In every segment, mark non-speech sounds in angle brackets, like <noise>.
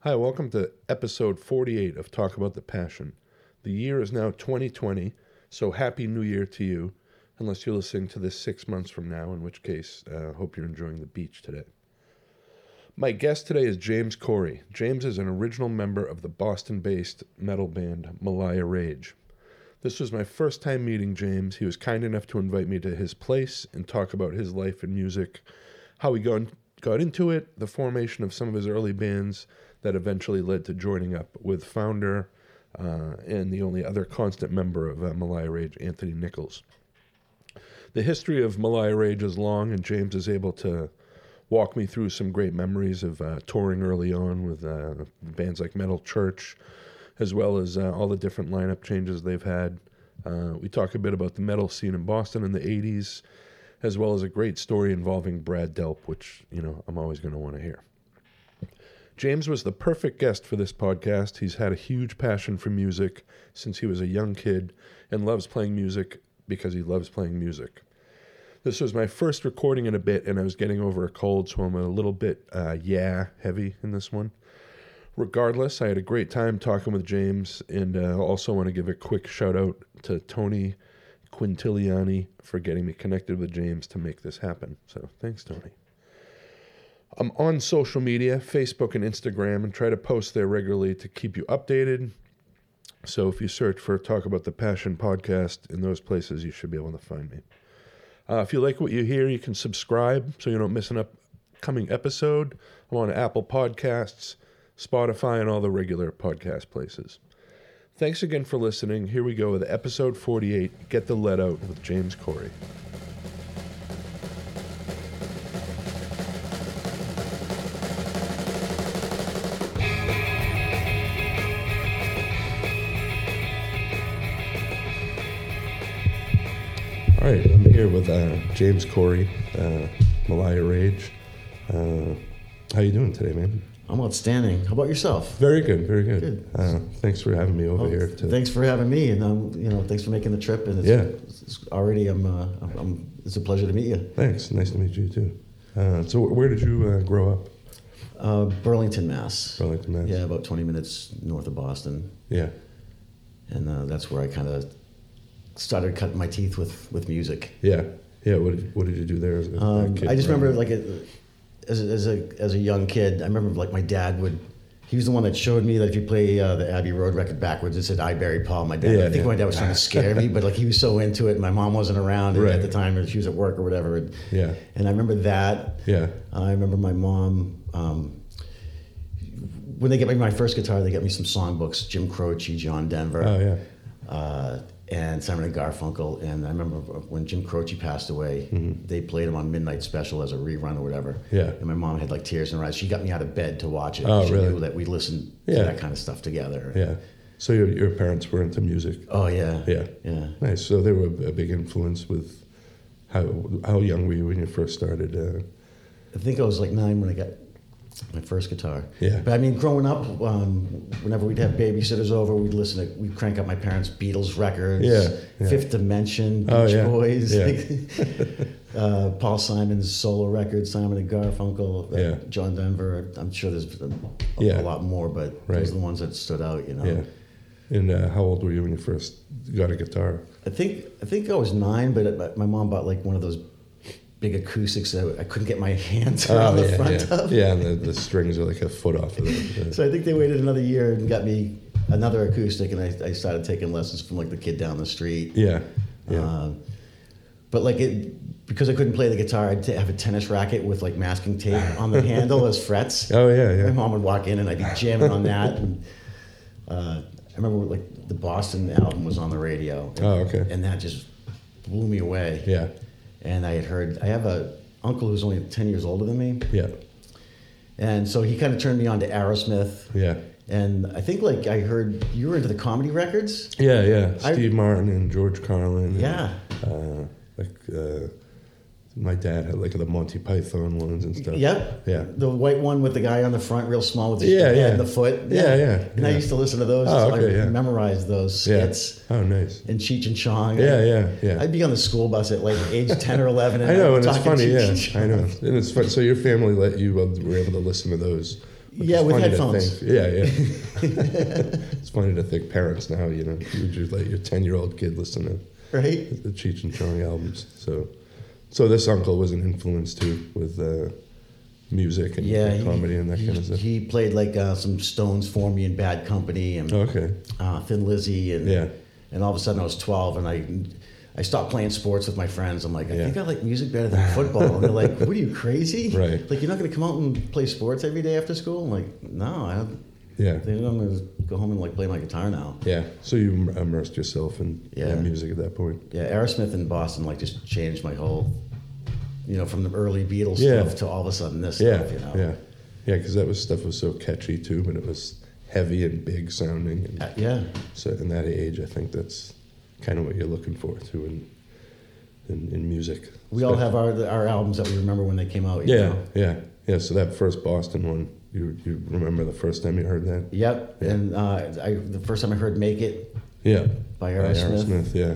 Hi, welcome to episode 48 of Talk About the Passion. The year is now 2020, so happy new year to you, unless you're listening to this six months from now, in which case, uh, hope you're enjoying the beach today. My guest today is James Corey. James is an original member of the Boston based metal band Malaya Rage. This was my first time meeting James. He was kind enough to invite me to his place and talk about his life and music, how he got, got into it, the formation of some of his early bands that eventually led to joining up with founder uh, and the only other constant member of uh, Malaya Rage, Anthony Nichols. The history of Malaya Rage is long, and James is able to walk me through some great memories of uh, touring early on with uh, bands like Metal Church, as well as uh, all the different lineup changes they've had. Uh, we talk a bit about the metal scene in Boston in the 80s, as well as a great story involving Brad Delp, which, you know, I'm always going to want to hear. James was the perfect guest for this podcast. He's had a huge passion for music since he was a young kid and loves playing music because he loves playing music. This was my first recording in a bit, and I was getting over a cold, so I'm a little bit, uh, yeah, heavy in this one. Regardless, I had a great time talking with James, and uh, also want to give a quick shout out to Tony Quintiliani for getting me connected with James to make this happen. So thanks, Tony. I'm on social media, Facebook and Instagram, and try to post there regularly to keep you updated. So if you search for Talk About the Passion podcast in those places, you should be able to find me. Uh, if you like what you hear, you can subscribe so you don't miss an upcoming episode. I'm on Apple Podcasts, Spotify, and all the regular podcast places. Thanks again for listening. Here we go with episode 48 Get the Let Out with James Corey. All right, I'm here with uh, James Corey, uh, Malaya Rage. Uh, how you doing today, man? I'm outstanding. How about yourself? Very good, very good. Good. Oh, Uh, thanks for having me over here. To, Thanks for having me, and um, you know, thanks for making the trip. And it's, Yeah. it's- it's already, I'm, uh, I'm, I'm, it's a pleasure to meet you. Thanks. Nice to meet you too. Uh, so, wh- where did you uh, grow up? Uh, Burlington, Mass. Burlington, Mass. Yeah, about 20 minutes north of Boston, Yeah. and uh, that's where I kind of started cutting my teeth with with music. Yeah. Yeah. What did, what did you do there? As a, Um, kid I just growing remember up? like it- as a, as a as a young kid, I remember like my dad would. He was the one that showed me that if you play uh, the Abbey Road record backwards, it said "I Barry Paul." My dad. Yeah, I think yeah. my dad was trying to scare me, but like he was so into it. My mom wasn't around Right. at the time, or she was at work or whatever. And, Yeah. And I remember that. Yeah. I remember my mom. Um, when they got me my first guitar, they got me some songbooks: Jim Croce, John Denver Oh yeah. uh, and Simon and Garfunkel. And I remember when Jim Croce passed away, they played him on Midnight Special as a rerun or whatever. Mm-hmm. Yeah. And my mom had like tears in her eyes. She got me out of bed to watch it. Oh, she really? knew that we listened Yeah. to that kind of stuff together. Yeah. So your your parents were into music. Oh yeah. Yeah. Yeah. Nice. So they were a big influence with how how young were you when you first started? Uh, I think I was like nine when I got my first guitar. Yeah. But I mean, growing up, um, whenever we'd have babysitters over, we'd listen to, we'd crank up my parents' Beatles records, Yeah, yeah. Fifth Dimension, Beach Oh, yeah, Boys, yeah. <laughs> uh, Paul Simon's solo record, Simon and Garfunkel, uh, Yeah. John Denver. I'm sure there's a, a Yeah. lot more, but Right. those are the ones that stood out, you know. yeah. And uh, how old were you when you first got a <laughs> guitar? I think I think I was nine, but it- but my mom bought like one of those big acoustics that I couldn't get my <laughs> hands around the Oh, yeah, front yeah. of. Yeah, and the, the strings are like a foot off of it. So I think they waited another year and got me another acoustic, and I, I started taking lessons from like the kid down the street. yeah, yeah, Um, but like it, because I couldn't play the guitar, I'd t- have a tennis racket with like masking tape <laughs> on the handle as frets. Oh, yeah, yeah. My mom would walk in and I'd be jamming on that. And, uh, I remember like the Boston album was on the radio. And, Oh, okay. And that just blew me away. yeah, And I had heard I have a uncle who's only ten years older than me, yeah, and so he kind of turned me on to Aerosmith. yeah, And I think like I heard you were into the comedy records. yeah, yeah. I- Steve Martin and George Carlin. and, Yeah. uh, like uh, my dad had like the Monty Python ones and stuff. Yep. Yeah. The white one with the guy on the front, real small, with the Yeah, head yeah. and the foot. Yeah, yeah, And I yeah. used to listen to those. Oh, until okay, I yeah. memorized those Yeah. skits Oh, nice. and Cheech and Chong. Yeah, yeah, yeah. I'd be on the school bus at like age ten or eleven. And <laughs> I know, I'd and be it's talking funny. Cheech Yeah, and Chong. I know, and it's fun. So your family let you uh, were able to listen to those which Yeah, is with funny to headphones. think- Yeah, yeah. <laughs> <laughs> it's funny to think parents now, you know, would you let your 10 year old kid listen to <laughs> right? the Cheech and Chong albums. So, so this uncle was an influence too with uh, music and Yeah, comedy and that he, kind of stuff. he played like uh, some Stones for me in Bad Company and okay, uh, Thin Lizzy and Oh. Yeah. and all of a sudden I was 12 and I I stopped playing sports with my friends. I'm like, I Yeah. think I like music better than football. and they're like, What are you <laughs> crazy? Right. Like you're not going to come out and play sports every day after school. I'm like, No, I don't. yeah, I think I'm going to go home and like play my guitar now. yeah. So you im- immersed yourself in Yeah. that music at that point. Yeah, Aerosmith in Boston like just changed my whole, you know, from the early Beatles Yeah. stuff to all of a sudden this Yeah, stuff. You know. yeah, yeah. Because that was stuff was so catchy too, but it was heavy and big sounding. And Uh, yeah. so, in that age, I think that's kind of what you're looking for too in in, in music. We all have our our albums that we remember when they came out. you Yeah, know? yeah, yeah. So that first Boston one, you you remember the first time you heard that? Yep. Yeah. And uh, I, the first time I heard "Make It" Yeah. by By Aerosmith, Aerosmith, yeah.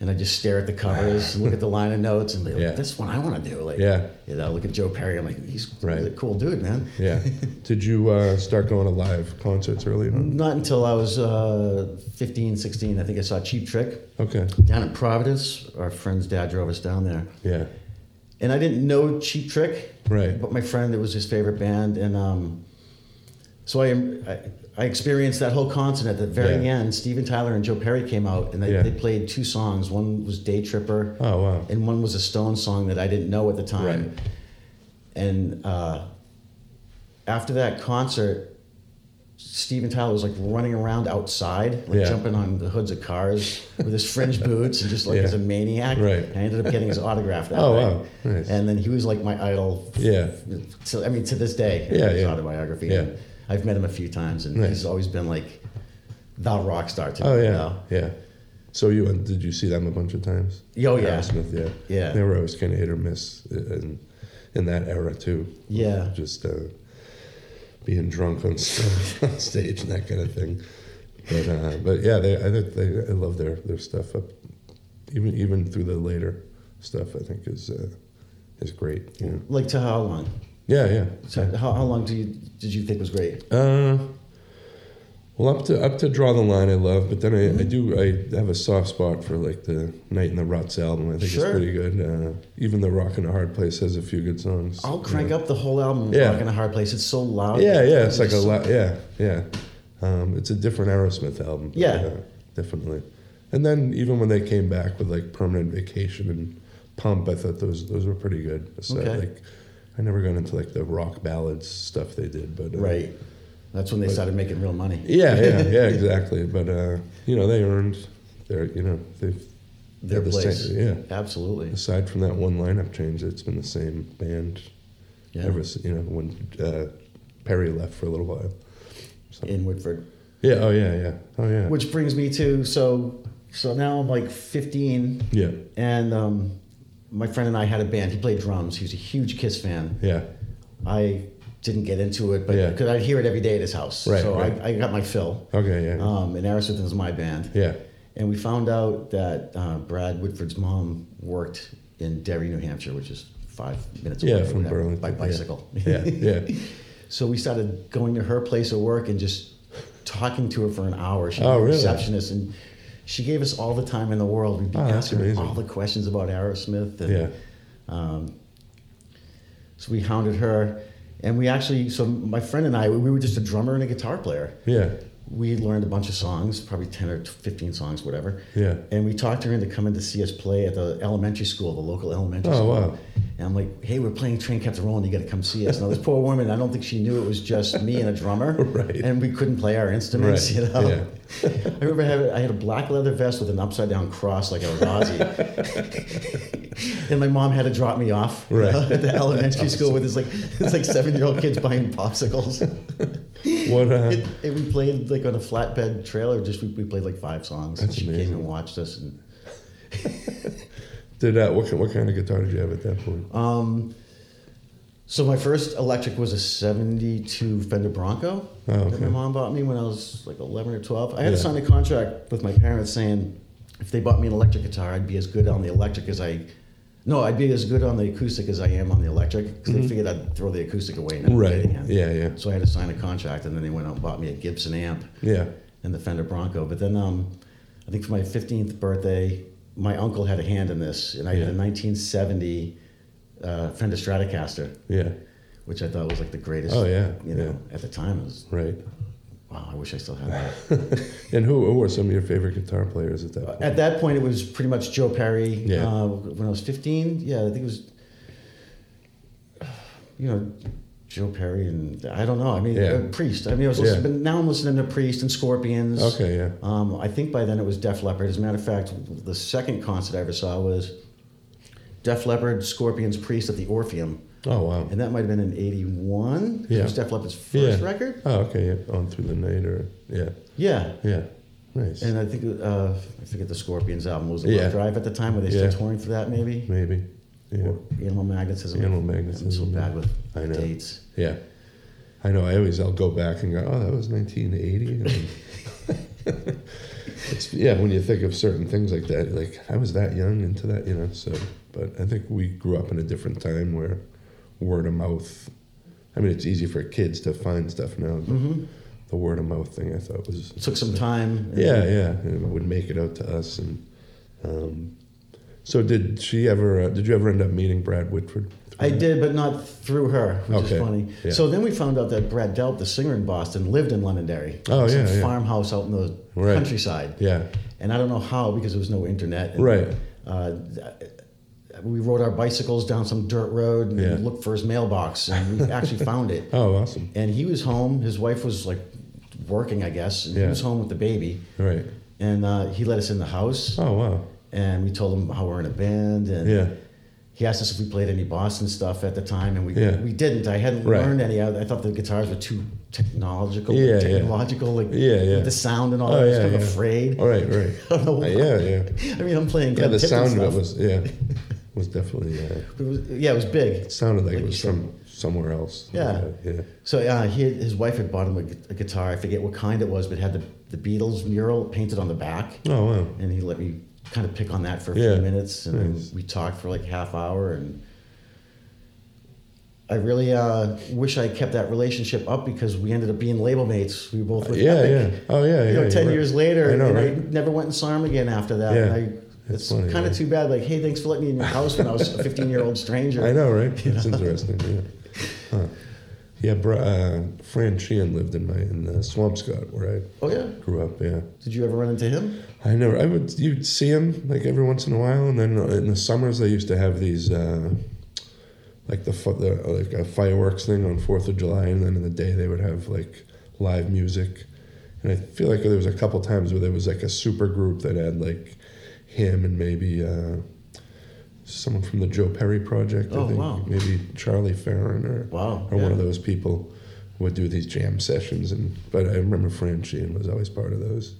and I just stare at the covers, look at the line of notes, and be like, Yeah. "This one I want to do." Like, Yeah. You know, look at Joe Perry. I'm like, he's, Right. he's a cool dude, man. Yeah. <laughs> Did you uh, start going to live concerts early on? Not until I was uh, 15, 16, I think I saw Cheap Trick Okay. down in Providence. Our friend's dad drove us down there. Yeah. and I didn't know Cheap Trick. Right. But my friend, it was his favorite band, and um, so I, I I experienced that whole concert at the very Yeah. end. Steven Tyler and Joe Perry came out, and they, Yeah. they played two songs. One was Day Tripper, Oh, wow. and one was a Stone song that I didn't know at the time. Right. And uh, after that concert, Steven Tyler was like running around outside, like Yeah. jumping on the hoods of cars with his <laughs> fringe boots and just like Yeah. as a maniac. Right. And I ended up getting his autograph <laughs> that Oh, way. wow. Nice. And then he was like my idol. Yeah. So I mean, to this day, Yeah, his yeah. autobiography. Yeah. I've met him a few times, and Nice. he's always been like the rock star to me. Oh, you yeah. know? Yeah. So you went, did you see them a bunch of times? Oh, yeah. Aerosmith, yeah. Yeah. They were always kind of hit or miss in, in that era, too. Yeah. Just uh, being drunk on, st- <laughs> on stage and that kind of thing. But, uh, but yeah, they, I think they, I love their, their stuff up, even even through the later stuff. I think is uh, is great. You know? Like to how long? Yeah, yeah. So how, how long do you did you think was great? Uh, well, up to up to draw the line, I love, but then I, I do I have a soft spot for like the Night in the Ruts album. I think Sure. it's pretty good. Uh, even the Rock and a Hard Place has a few good songs. I'll crank up the whole album. Oh, Yeah. Rock in a hard place. It's so loud. Yeah, yeah, it's like a just- lot. Yeah, yeah. Um, it's a different Aerosmith album. but, Yeah. uh, definitely. And then even when they came back with like Permanent Vacation and Pump, I thought those those were pretty good. So Okay. like, I never got into like the rock ballads stuff they did, but uh, Right. That's when they started making real money. Yeah, <laughs> yeah, yeah, exactly. But uh, you know, they earned their you know they've they're Their the place. same- yeah. Absolutely. Aside from that one lineup change, it's been the same band Yeah. ever. si- You know, when uh, Perry left for a little while. So- In Woodford. yeah. Oh yeah. Yeah. Oh yeah. Which brings me to so so now I'm like 15 yeah. and um, my friend and I had a band. He played drums. He was a huge Kiss fan. Yeah. I didn't get into it, but Yeah. because I'd hear it every day at his house. Right, so right. I, I got my fill. Okay. Yeah. Um, and Aerosmith was my band. yeah. And we found out that uh, Brad Whitford's mom worked in Derry, New Hampshire, which is five minutes Yeah, away or from whatever, Burlington, by yeah. bicycle. Yeah. Yeah. <laughs> So we started going to her place of work and just talking to her for an hour. She Oh, was a really? receptionist, and she gave us all the time in the world. We'd be Oh, that's asking her amazing. all the questions about Aerosmith. And, Yeah. Um, so we hounded her, and we actually, so my friend and I, we were just a drummer and a guitar player Yeah. <laughs> we had learned a bunch of songs, probably 10 or 15 songs, whatever. Yeah. And we talked her into coming to see us play at the elementary school, the local elementary Oh, school. wow. And I'm like, hey, we're playing Train Kept Rolling. You got to come see us. Now, this poor woman, I don't think she knew it was just me and a drummer. <laughs> Right. And we couldn't play our instruments, Right. you know? <laughs> I remember having, I had a black leather vest with an upside down cross like I <laughs> was Ozzy. and my mom had to drop me off you Right. know, at <laughs> the elementary school with this like, it's like seven year old kids buying popsicles. What? Uh, It, it, we played like on a flatbed trailer. Just we, we played like five songs. and That's she came amazing. and watched us. And did uh, what? ki- What kind of guitar did you have at that point? um, so my first electric was a '72 Fender Bronco Oh, that okay. my mom bought me when I was like 11 or 12. I had Yeah. to sign a contract with my parents saying if they bought me an electric guitar, I'd be as good on the electric as I No, I'd be as good on the acoustic as I am on the electric because they figured I'd throw the acoustic away. And Mm-hmm. Right. play it again. Yeah, yeah. So I had to sign a contract, and then they went out and bought me a Gibson amp Yeah. and the Fender Bronco. But then um, I think for my 15th birthday, my uncle had a hand in this, and I had a 1970 uh, Fender Stratocaster, Yeah. which I thought was like the greatest. Oh, yeah, You know, at the time it was Right. wow. I wish I still had <laughs> that. And who, who are some of your favorite guitar players at that point? At that point, it was pretty much Joe Perry. Yeah. Uh, when I was 15, yeah, I think it was, <sighs> you know, Joe Perry and I don't know. I mean, Yeah. uh, Priest. I mean, I was listening, Yeah. but now I'm listening to Priest and Scorpions. Okay, yeah. Um, I think by then it was Def Leppard. As a matter of fact, the second concert I ever saw was Def Leppard, Scorpions, Priest at the Orpheum. Oh, wow. And that might have been in 81. Yeah. It was Def Leppard's first yeah. record. Oh, okay. Yeah. On Through the Night or, yeah. Yeah. Yeah. Nice. And I think uh, I forget the Scorpions album was the Yeah. Rough Drive at the time. Were they still Yeah. touring for that? Maybe Maybe. Yeah. or Animal Magnetism. Animal I'm so Magnetism. bad with I know. dates. Yeah. I know. I always I'll go back and go, oh, that was 1980. And then- <laughs> it's, yeah, when you think of certain things like that, you're like I was that young into that, you know. So, but I think we grew up in a different time where word of mouth. I mean, it's easy for kids to find stuff now. Mm. But The word of mouth thing, I thought was Mm-hmm. It took some time. and- yeah, yeah, and it would make it out to us. And um, so, did she ever? Uh, did you ever end up meeting Brad Whitford? I did, but not through her, which Okay. is funny. Yeah. So then we found out that Brad Delp, the singer in Boston, lived in Londonderry. Oh, Some yeah, yeah. farmhouse out in the Right. countryside. Yeah, And I don't know how because there was no internet. And, Right. Uh, we rode our bicycles down some dirt road and Yeah. looked for his mailbox, <laughs> and we actually found it. Oh, awesome. and he was home. His wife was like working, I guess, and Yeah. he was home with the baby. Right. And uh, he let us in the house, Oh, wow. and we told him how we're in a band, and Yeah. he asked us if we played any Boston stuff at the time, and we Yeah. we didn't. I hadn't Right. learned any. I, I thought the guitars were too technological, Yeah, yeah. technological, like Yeah, yeah. with the sound and all. Oh, that. I was yeah, kind of yeah. afraid. All right, <laughs> right. I don't know. Uh, Why. yeah, yeah. I mean, I'm playing. Yeah, Glenn the Tipton sound stuff. of it was yeah, was definitely uh, It was. Yeah, it was big. it sounded like, Like it you was said. from somewhere else. Yeah. yeah, yeah. So uh, he, his wife had bought him a, gu- a guitar. I forget what kind it was, but it had the, the Beatles mural painted on the back. Oh wow, And he let me kind of pick on that for a Yeah. few minutes, and then Nice. we talked for like half hour. And I really uh, wish I kept that relationship up because we ended up being label mates. We were both with yeah, Epic. yeah. Oh yeah, yeah. You know, you're ten right. years later, I know, and right? I never went and saw him again after that. Yeah. And I, That's it's funny, kind yeah. of too bad. Like, hey, thanks for letting me in your house when I was a 15 year <laughs> old stranger. I know, right? That's interesting. Yeah, huh. yeah. Bro, uh, Fran Sheehan lived in my in uh, Swampscott where I Oh yeah. grew up. Yeah, Did you ever run into him? I never. I would you'd see him like every once in a while, and then in the summers they used to have these. Uh, like the, fu- the like a fireworks thing on Fourth of July, and then in the day they would have like live music. And I feel like there was a couple times where there was like a super group that had like him and maybe uh, someone from the Joe Perry Project. I Oh, think wow. maybe Charlie Farron or Wow, or one yeah. of those people would do these jam sessions. And but I remember Fran Sheehan was always part of those.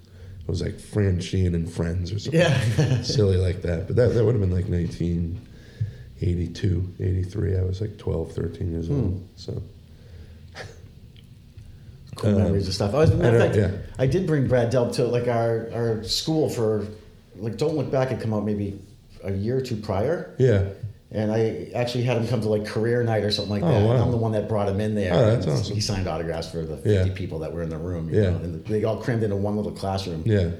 It was like Fran Sheehan and Friends or something Yeah. <laughs> <laughs> silly like that. But that, that would have been like 1982, 83. I was like 12, 13 years Hmm. old. So, cool Um, memories and stuff. I, was, I matter of know, fact, yeah. I did bring Brad Delp to like our, our school for like Don't Look Back had come out maybe a year or two prior, yeah. and I actually had him come to like career night or something like Oh, that. And wow. I'm the one that brought him in there. Oh, that's And awesome. He signed autographs for the 50 Yeah. people that were in the room. You Yeah. know, and they all crammed into one little classroom. Yeah.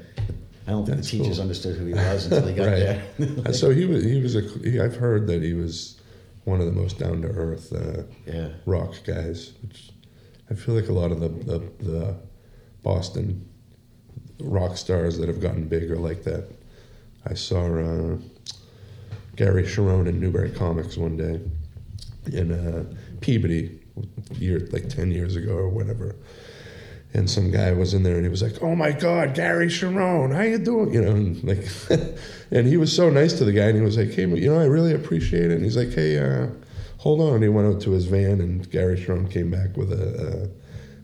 I don't think That's the teachers cool. understood who he was until he got <laughs> Right. there. <laughs> Uh, so he was, he was a, he, I've heard that he was one of the most down to earth uh, yeah. rock guys, which I feel like a lot of the, the, the Boston rock stars that have gotten big are like that. I saw uh, Gary Sharon in Newberry Comics one day in uh, Peabody, year like ten years ago or whatever. And some guy was in there and he was like, "Oh my God, Gary Sharon, how you doing?" You know, and like, <laughs> and he was so nice to the guy and he was like, "Hey, you know, I really appreciate it." And he's like, "Hey, uh, hold on." And he went out to his van and Gary Sharon came back with a, uh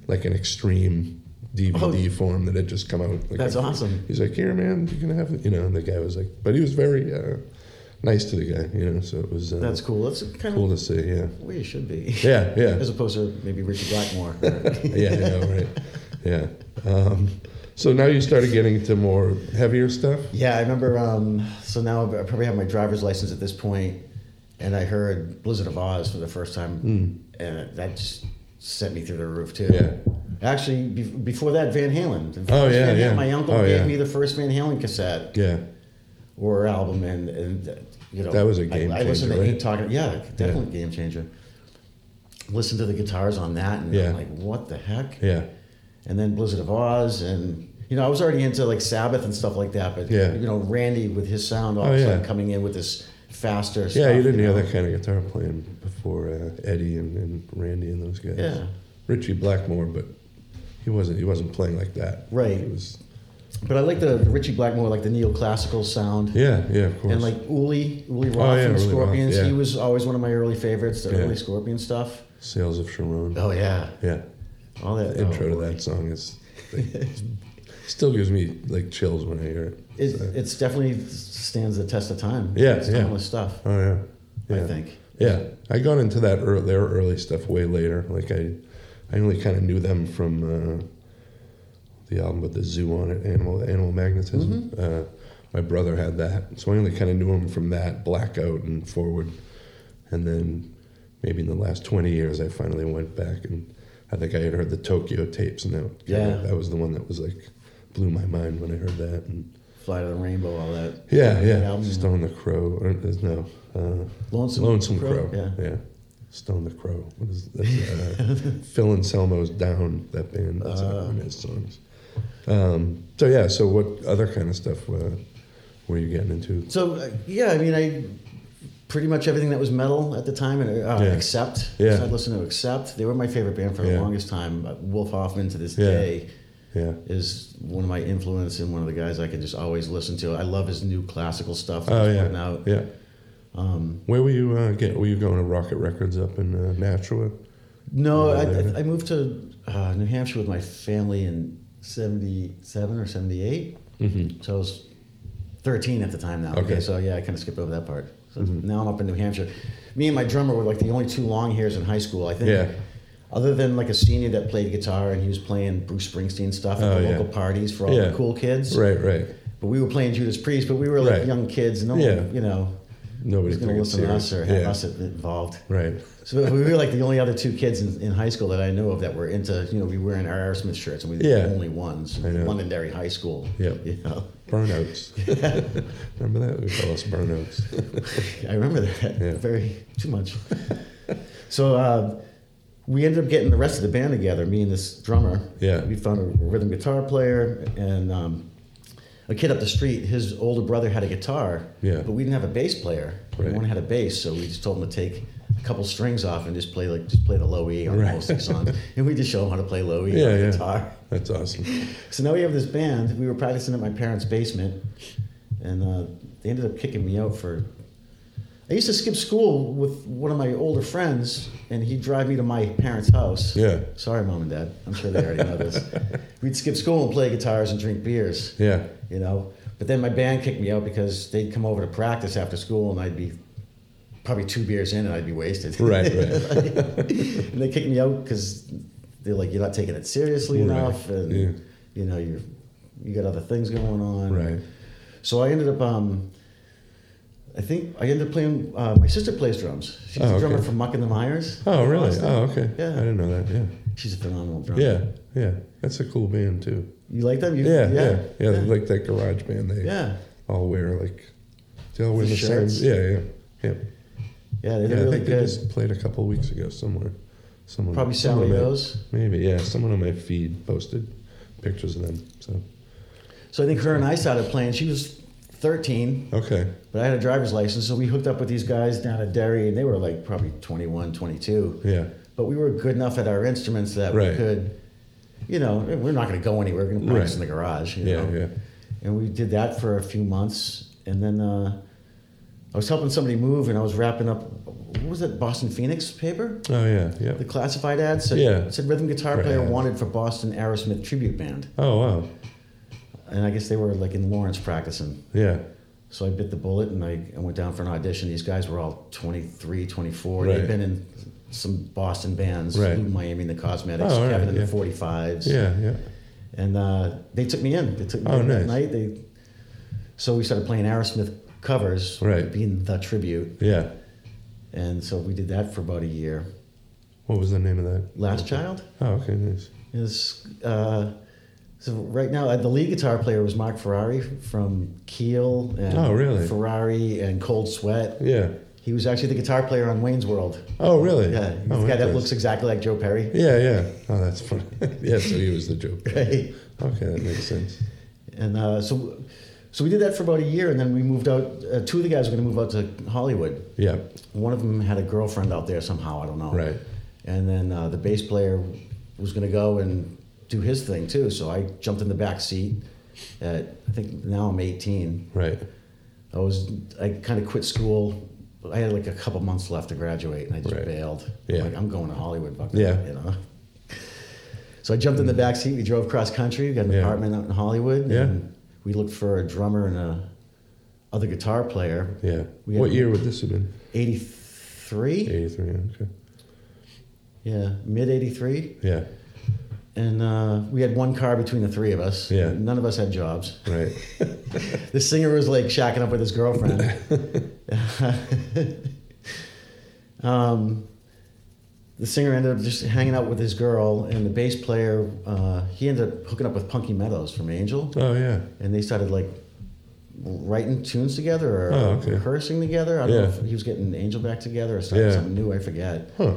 like an extreme DVD form that had just come out. Like That's a- awesome. He's like, "Here, man, you can have," it," you know. And the guy was like, but he was very uh, nice to the guy, you know. So it was uh, That's cool. That's kind cool to see. Yeah, of where you should be. yeah, yeah. <laughs> As opposed to maybe Richie <laughs> Blackmore. <laughs> yeah, I know, right? Yeah. Um, so now you started getting into more heavier stuff. Yeah, I remember. Um, so now I probably have my driver's license at this point. and I heard Blizzard of Oz for the first time, and that just sent me through the roof too. Hmm. Yeah. Actually, be- before that, Van Halen. The Oh, first yeah, Van Halen- yeah. My uncle Oh, gave yeah. me the first Van Halen cassette Yeah. or album, and, and uh, you know That was a I- game I, listened changer, to right? Ain't Talking. Yeah, definitely game changer. Listen to the guitars on that, and Yeah. I'm like, what the heck? Yeah. and then Blizzard of Oz, and you know I was already into like Sabbath and stuff like that, but Yeah. you know Randy with his sound all Oh, of a yeah. sudden coming in with this faster. Yeah, stuff, you didn't hear know? that kind of guitar playing before uh, Eddie and, and Randy and those guys. Yeah. Richie Blackmore, but he wasn't he wasn't playing like that. Right. He was But I like the Richie Blackmore, like the neoclassical sound. Yeah, yeah, of course. Oh, And like Uli, Uli Roth yeah, from Uli Roth, Scorpions, yeah. he was always one of my early favorites, the Yeah. early Scorpion stuff. Sales of Sharon. Oh yeah, Yeah. all that The intro oh, to that song <laughs> is still gives me like chills when I hear it. It, it's definitely stands the test of time. Yeah, it's yeah. timeless stuff. Oh yeah. I Yeah. think. Yeah, I got into that ear their early stuff way later. Like I, I only kind of knew them from uh, the album with the zoo on it, Animal Animal Magnetism. Mm-hmm. Uh, my brother had that, so I only kind of knew him from that Blackout and Forward, and then maybe in the last twenty years, I finally went back and I think I had heard the Tokyo tapes, and that Yeah. that was the one that was like blew my mind when I heard that. And Fly to the Rainbow, all that. yeah, That yeah, album. Stone the Crow. Or, no. Uh, Lonesome, Lonesome Crow. Yeah. yeah. Stone the Crow. What is that's, uh, Phil Anselmo's Down, that band. That's uh, Oh. one of his songs. Um, so, yeah, so what other kind of stuff uh, were you getting into? So uh, yeah, I mean, I pretty much everything that was metal at the time, and uh, Yeah. Accept. Yeah. So I listened to Accept. They were my favorite band for the Yeah. longest time. Uh, Wolf Hoffman to this Yeah. day Yeah. is one of my influence and one of the guys I can just always listen to. I love his new classical stuff. that Oh, he's yeah. putting out. Yeah. Um, Where were you uh, get? Were you going to Rocket Records up in uh, Nashua? no, Yeah, yeah. I, I moved to uh, New Hampshire with my family in '77 or '78. Mm-hmm. So I was 13 at the time now. Okay. Mm-hmm. so yeah, I kind of skipped over that part. So now I'm up in New Hampshire. Me and my drummer were like the only two long hairs in high school, I think. Yeah. Other than like a senior that played guitar and he was playing Bruce Springsteen stuff at Oh, the yeah. local parties for all Yeah. the cool kids. Right, right. But we were playing Judas Priest, but we were like Right. young kids. No Yeah. one, you know, Nobody was took going to it listen to us or serious. have yeah. us involved. Right. So we were like the only other two kids in, in high school that I know of that were into, you know, we were in our Aerosmith shirts and we were Yeah. the only ones. I know. Londonderry High School. Yeah. <laughs> You know? <laughs> Burnouts. Remember that? We call us burnouts. I remember that Yeah. very too much. <laughs> so uh, we ended up getting the rest of the band together, me and this drummer. Yeah. We found a rhythm guitar player and um, a kid up the street. His older brother had a guitar, Yeah. but we didn't have a bass player. Right. No one had a bass, so we just told him to take a couple strings off and just play like just play the low E on Right. most of the <laughs> songs. And we just show him how to play low E Yeah, on the yeah. guitar. That's awesome. So now we have this band. We were practicing at my parents' basement, and uh, they ended up kicking me out for. I used to skip school with one of my older friends, and he'd drive me to my parents' house. Yeah. Sorry, mom and dad. I'm sure they already know this. We'd skip school and play guitars and drink beers. Yeah. You know, but then my band kicked me out because they'd come over to practice after school, and I'd be probably two beers in, and I'd be wasted. <laughs> Right, right. and they kicked me out because they're like, you're not taking it seriously Right, enough, and yeah. you know you're you got other things going on. Right. So I ended up, um, I think I ended up playing. Uh, my sister plays drums. She's Oh, a okay. drummer from Muck and the Myers. Oh, in really? Boston. Oh, okay. I Yeah, didn't know that. Yeah. she's a phenomenal drummer. Yeah, yeah. That's a cool band too. you like them? You, Yeah, yeah, yeah. yeah, they like that garage band. They yeah. all wear like they all wear The the, same. shirts? Yeah, yeah, yeah. Yeah, they're yeah I really think they good. just played a couple weeks ago somewhere. Someone Probably someone Sally on my- Rose. Maybe yeah. Someone on my feed posted pictures of them. So So I think her and I started playing. She was 13. okay, But I had a driver's license, so we hooked up with these guys down at Derry, and they were like probably 21, 22. yeah, But we were good enough at our instruments that Right. we could, you know, we're not going to go anywhere. We're going to practice Right. in the garage. You yeah, know? yeah. And we did that for a few months, and then uh, I was helping somebody move, and I was wrapping up. What was that Boston Phoenix paper? Oh yeah, yeah. The classified ad said, Yeah. said rhythm guitar Right. player wanted for Boston Aerosmith tribute band, Oh wow, and I guess they were like in Lawrence practicing. yeah, So I bit the bullet and I, I went down for an audition. These guys were all 23, 24. Right. They'd been in some Boston bands, Right. Lou Miami and the Cosmetics, Oh, all Kevin right, and yeah. the 45s. yeah, yeah. And uh, they took me in. They took me Oh, in nice. that night. They, so we started playing Aerosmith covers, Right. being the tribute. Yeah, And so we did that for about a year. What was the name of that? Last Child Oh, okay, nice. is uh, so right now uh, the lead guitar player was Mark Ferrari from Keel and Oh, really? Ferrari and Cold Sweat. Yeah. He was actually the guitar player on Wayne's World. Oh, really? Yeah, he's oh, the guy that interesting. looks exactly like Joe Perry. Yeah, yeah. Oh, that's funny. <laughs> yeah, so he was the joke. Right? Okay, that makes sense. <laughs> And uh, so, so we did that for about a year, and then we moved out. Uh, two of the guys were going to move out to Hollywood. Yeah. One of them had a girlfriend out there somehow. I don't know. Right. And then uh, the bass player was going to go and do his thing too. So I jumped in the back seat. At I think now I'm 18. Right. I was I kind of quit school. I had like a couple months left to graduate, and I just Right. bailed. Yeah. Like I'm going to Hollywood, fuck Yeah. that, you know. So I jumped in the back seat. We drove cross country. We got an Yeah. apartment out in Hollywood. Yeah. And we looked for a drummer and a other guitar player. Yeah. We had- what year would this have been? 83. 83. Okay. Yeah, mid 83. Yeah. And uh, we had one car between the three of us. Yeah. None of us had jobs. Right. The singer was like shacking up with <laughs> his girlfriend. um, the singer ended up just hanging out with his girl, and the bass player, uh, he ended up hooking up with Punky Meadows from Angel, Oh, yeah. and they started like writing tunes together or Oh, okay. rehearsing together. I don't know Yeah. if he was getting Angel back together or starting Yeah. something new, I forget. Huh.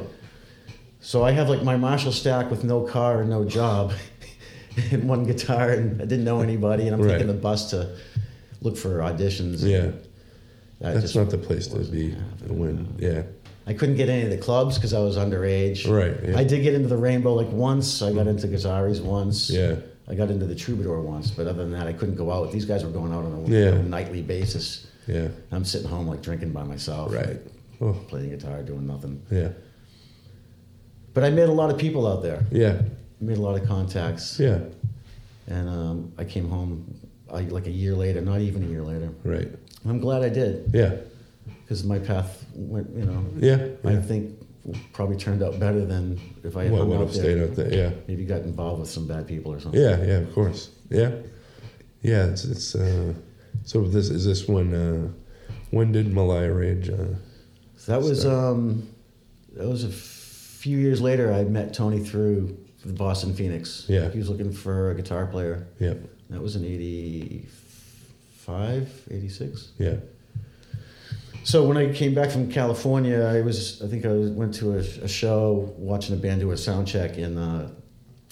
So I have like my Marshall stack with no car and no job, <laughs> and one guitar, and I didn't know anybody, and I'm Right. taking the bus to look for auditions. Yeah. I, That's just, not the place to wasn't be happening, when. Yeah. I couldn't get any of the clubs because I was underage. Right. Yeah. I did get into the Rainbow like once. I got into Gazaris once. yeah. I got into the Troubadour once, but other than that, I couldn't go out. These guys were going out on a Yeah. nightly basis. Yeah. I'm sitting home like drinking by myself, Right. Oh, playing guitar, doing nothing. yeah. But I met a lot of people out there. Yeah. Made a lot of contacts. Yeah. And um, I came home I, like a year later, not even a year later. Right. And I'm glad I did Yeah. because my path went, you know, Yeah. I yeah. think probably turned out better than if I had What hung would out have there. stayed out there? Yeah. Maybe got involved with some bad people or something. Yeah, yeah, of course. Yeah, yeah. It's it's. Uh, so this is this one. Uh, when did Malaya Rage? Uh, So that was So- um, that was a few years later. I met Tony through the Boston Phoenix. Yeah. he was looking for a guitar player. yeah, That was in 85, 86. yeah, So when I came back from California, I was I think I was, went to a, a show watching a band do a sound check in uh,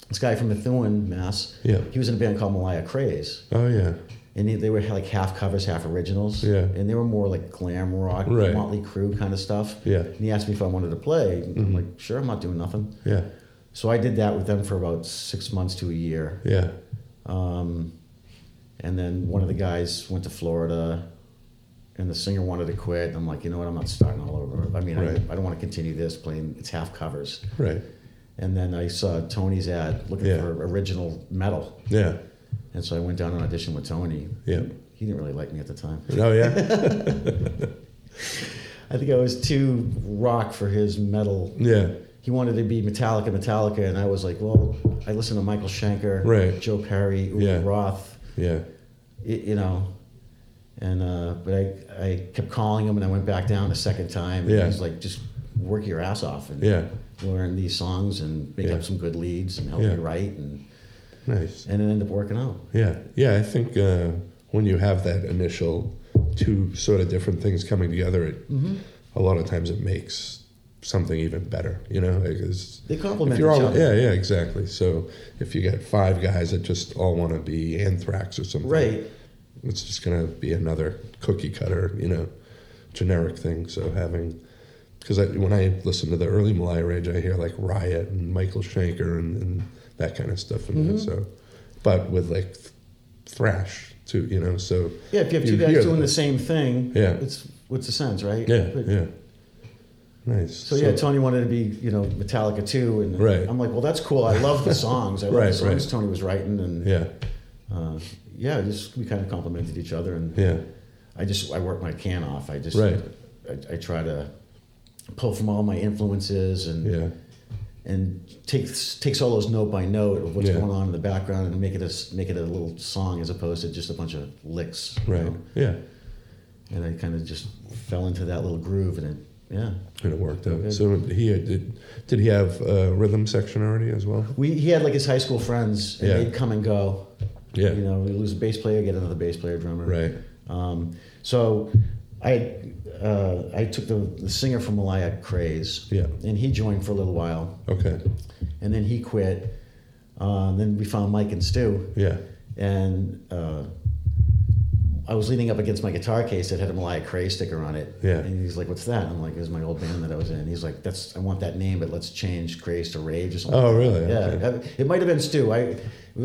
this guy from Methuen, Mass. yeah. He was in a band called Malaya Craze, Oh yeah, and they, they were like half covers, half originals. Yeah. and they were more like glam rock, Right. Motley Crue kind of stuff. yeah, And he asked me if I wanted to play. Mm-hmm. I'm like, sure, I'm not doing nothing. yeah, So I did that with them for about six months to a year. yeah, Um, and then one of the guys went to Florida, and the singer wanted to quit. And I'm like, you know what? I'm not starting all over. I mean, Right. I, I don't want to continue this playing. It's half covers. right. And then I saw Tony's ad looking Yeah. for original metal, Yeah, and so I went down and auditioned with Tony. yeah. He didn't really like me at the time. Oh <laughs> yeah, I think I was too rock for his metal yeah, he wanted to be Metallica, Metallica, and I was like, well, I listen to Michael Schenker, Right. Joe Perry, Uri Yeah. Roth, yeah, y- you know, and uh, but I I kept calling him, and I went back down a second time, and Yeah. he's like, just work your ass off and yeah. learn these songs and make Yeah. up some good leads and help Yeah. me write, and Nice. and it ended up working out. Yeah, yeah. I think uh, when you have that initial two sort of different things coming together, it, a lot of times it makes something even better. You know, like it's, They complement If each you're all, other, yeah, yeah, exactly. So if you got five guys that just all want to be anthrax or something, right? It's just gonna be another cookie cutter, you know, generic thing. So having, because I, when I listen to the early Malaya Rage, I hear like Riot and Michael Shanker and, and that kind of stuff. in there. So, but with like th- thrash too, you know. So Yeah, if you have two You guys hear doing that. the same thing, Yeah. it's what's the sense, right? yeah, But- yeah, nice. So, yeah, Tony wanted to be, you know, Metallica too, and Right. I'm like, well, that's cool. I love <laughs> the songs. I love the Right, songs right. Tony was writing, and yeah, uh, yeah, just we kind of complimented each other, and yeah, I just I work my can off. I just Right. I, I try to pull from all my influences and yeah, and take take solos note by note of what's Yeah. going on in the background and make it a s- make it a little song as opposed to just a bunch of licks, you right, know? yeah, And I kind of just fell into that little groove, and it Yeah. and it worked Okay. out. So he had, did. Did he have a rhythm section already as well? We, he had like his high school friends, and Yeah. they'd come and go. Yeah. You know, we lose a bass player, get another bass player, drummer. Right. Um, so I uh, I took the, the singer from Malaya Craze. Yeah. And he joined for a little while, Okay. and then he quit. Uh, and then we found Mike and Stu, Yeah. and uh, I was leaning up against my guitar case that had a Malaya Craze sticker on it. Yeah. And he's like, "What's that?" I'm like, "It was my old band that I was in." He's like, "That's I want that name, but let's change Craze to Rage or something." Oh, really? Yeah, Okay. I- it might have been Stu. I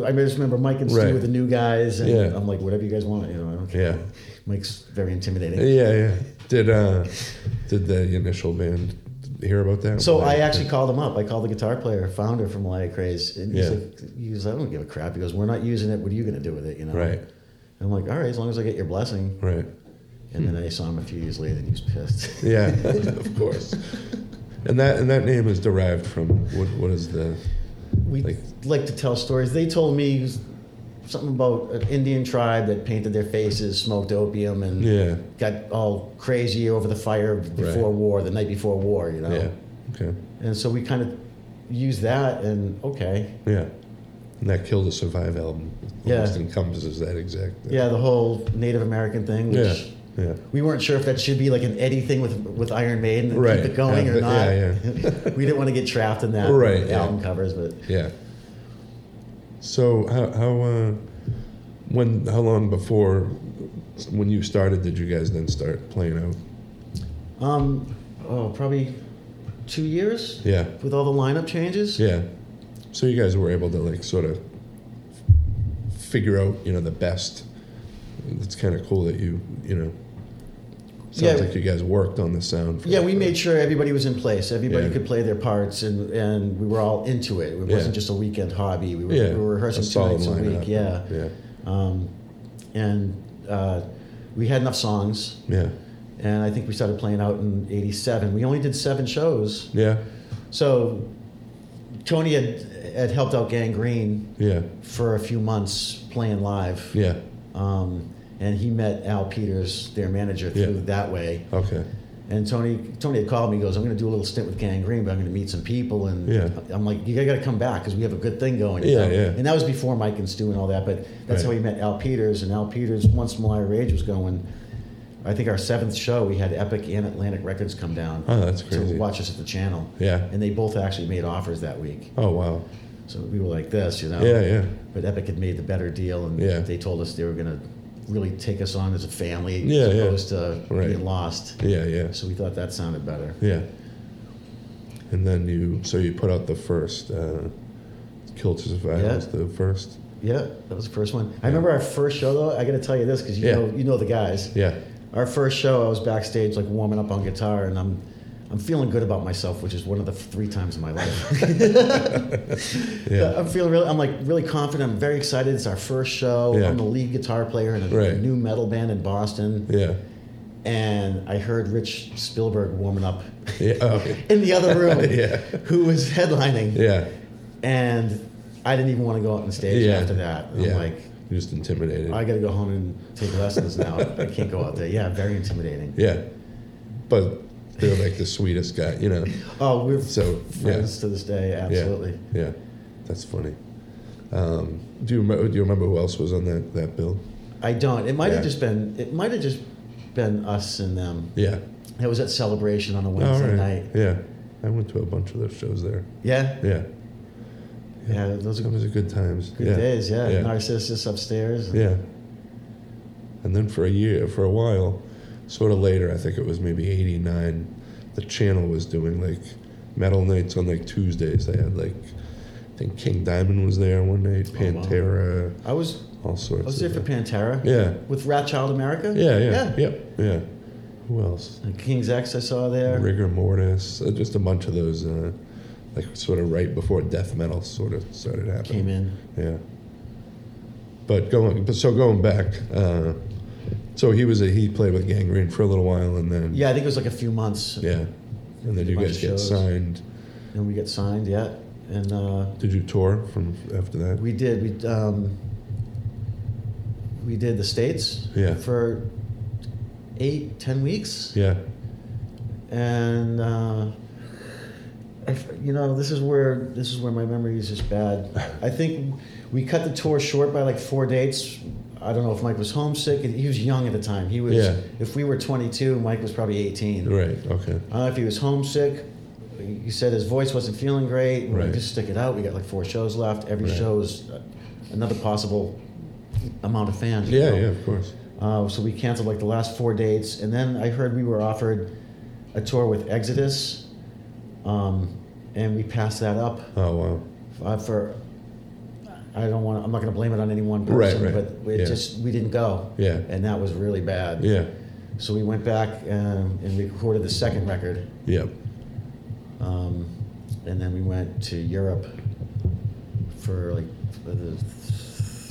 I just remember Mike and Stu Right. were the new guys, and Yeah. I'm like, whatever you guys want, you know. I don't care. Yeah. Mike's very intimidating. Yeah. Yeah. Did uh, did the initial band hear about that? So Were I they- actually called him up. I called the guitar player, founder from Malaya Craze, and he's Yeah. like, he was, I don't give a crap. He goes, we're not using it. What are you going to do with it? You know. Right. I'm like, all right, as long as I get your blessing. Right. And Hmm. then I saw him a few years later, and he was <laughs> pissed. Yeah. of course. And that and that name is derived from what? What is the? We Like- like, to tell stories. They told me something about an Indian tribe that painted their faces, smoked opium, and Yeah. got all crazy over the fire before Right. war, the night before war, you know. Yeah. Okay. And so we kind of used that, and okay, Yeah. And that Kill to Survive album Yeah. almost encompasses that exact. yeah, the whole Native American thing, which. Yeah. Yeah. We weren't sure if that should be like an Eddie thing with with Iron Maiden and Right. keep it going Yeah, or but- not. yeah, <laughs> we didn't want to get trapped in that Right, with yeah. album covers, but Yeah. So how how uh, when how long before when you started did you guys then start playing out? um, oh, probably two years Yeah. with all the lineup changes. Yeah. So you guys were able to like sort of figure out you know the best. It's kind of cool that you you know. Sounds Yeah. like you guys worked on the sound. For Yeah, we made sure everybody was in place. Everybody Yeah. could play their parts, and, and we were all into it. It wasn't Yeah. just a weekend hobby. We were, Yeah. we were rehearsing a two solid nights a lineup. week. Yeah. Yeah. Um, and uh, we had enough songs, Yeah. and I think we started playing out in '87. We only did seven shows, Yeah. so Tony had had helped out Gangrene Yeah. for a few months playing live. Yeah. Um, and he met Al Peters, their manager, through Yeah. that way. Okay. And Tony, Tony had called me. He goes, "I'm going to do a little stint with Gang Green, but I'm going to meet some people." And Yeah. I'm like, "You got to come back because we have a good thing going." you Yeah, know? yeah. And that was before Mike and Stu and all that. But that's Right. how we met Al Peters. And Al Peters, once Malaya Rage was going, I think our seventh show, we had Epic and Atlantic Records come down Oh, that's to crazy. watch us at the channel. Yeah. And they both actually made offers that week. Oh wow. So we were like this, you know. Yeah. Yeah. But Epic had made the better deal, and Yeah. they told us they were going to really take us on as a family Yeah, as yeah. opposed to Right. being lost. Yeah. Yeah. So we thought that sounded better. Yeah. And then you, so you put out the first uh, Kill to Survive Yeah. was the first. Yeah, that was the first one. I remember our first show though. I got to tell you this because you Yeah. know you know the guys. Yeah. Our first show, I was backstage like warming up on guitar, and I'm I'm feeling good about myself, which is one of the three times in my life. <laughs> Yeah. <laughs> I'm feeling really, I'm like really confident. I'm very excited. It's our first show. Yeah. I'm the lead guitar player in a Right. new metal band in Boston, Yeah. and I heard Rich Spielberg warming up <laughs> Yeah. <laughs> Oh, in the <laughs> other room, Yeah. who was headlining, yeah. and I didn't even want to go out on stage Yeah. after that. I'm yeah. like. You're just intimidated. I got to go home and take lessons now. I can't go out there. Yeah, very intimidating. yeah. But they're like the sweetest guy, you know. Oh, we're <laughs> So, yeah. friends to this day. Absolutely. Yeah. That's funny. Um, do you remember? Do you remember who else was on that that bill? I don't. It might Yeah. have just been. It might have just been us and them. Yeah. It was at celebration on a Oh, all Wednesday right. night. Yeah. I went to a bunch of those shows there. Yeah. Yeah. Yeah. Those It are was a good times. good yeah. days. Yeah. Yeah. Narcissus upstairs. Yeah. And then for a year, for a while, sort of later, I think it was maybe 89, the channel was doing like metal nights on like Tuesdays. They had like, I think King Diamond was there one night, Oh, wow. Pantera, I was. all sorts I was there of for Pantera. Yeah. With Rat Child America. Yeah, yeah, yeah. Yep, yeah. Who else? And King's X I saw there. Rigor Mortis, uh, just a bunch of those, uh, like sort of right before death metal sort of started happening. Came in. Yeah. But going, but so going back, uh, so he was a he played with Gangrene for a little while, and then Yeah, I think it was like a few months, yeah, and then you Bunch guys of get shows. signed. and we got signed. Yeah, and uh, Did you tour from after that? We did. We um, we did the states Yeah. for eight, ten weeks, yeah, and uh, I f you know this is where this is where my memory is <laughs> just bad. I think we cut the tour short by like four dates. I don't know if Mike was homesick. He was young at the time. He was. Yeah. If we were 22, Mike was probably 18. Right. Okay. I don't know if he was homesick. He said his voice wasn't feeling great. We're like, Right. Just stick it out. We got like four shows left. Every Right. show is uh, another possible amount of fans. you Yeah. know? Yeah. Of course. Uh, so we canceled like the last four dates, and then I heard we were offered a tour with Exodus, um, and we passed that up Oh wow. uh, for. I don't want. I'm not going to blame it on any one Right, person, right. but it Yeah. just we didn't go. Yeah. and that was really bad. Yeah. So we went back um, and recorded the second record, Yeah. um, and then we went to Europe for like for the th-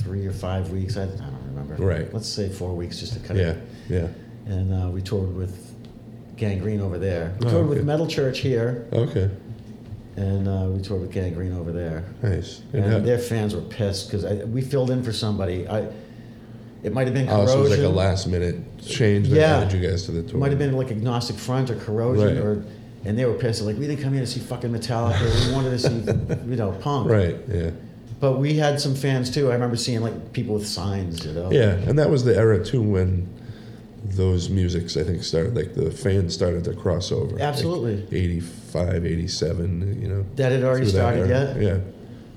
three or five weeks. I, I don't remember. Right. Let's say four weeks just to cut Yeah. it Yeah. and uh, we toured with Gangrene over there. We Oh, toured with okay. Metal Church here, Okay. and uh, we toured with Gangrene over there. Nice. And how- their fans were pissed because we filled in for somebody. I, it might have been oh, corrosion. so it was like a last minute change that Yeah. added you guys to the tour. Might have been like Agnostic Front or Corrosion, Right. or and they were pissed. Like we didn't come here to see fucking Metallica. we wanted to see you know <laughs> punk. Right. Yeah. But we had some fans too. I remember seeing like people with signs. You know. Yeah, and that was the era too when those musics I think started like the fans started to cross over. like Absolutely. 85, 87, you know. That had already through that started era. yet, Yeah.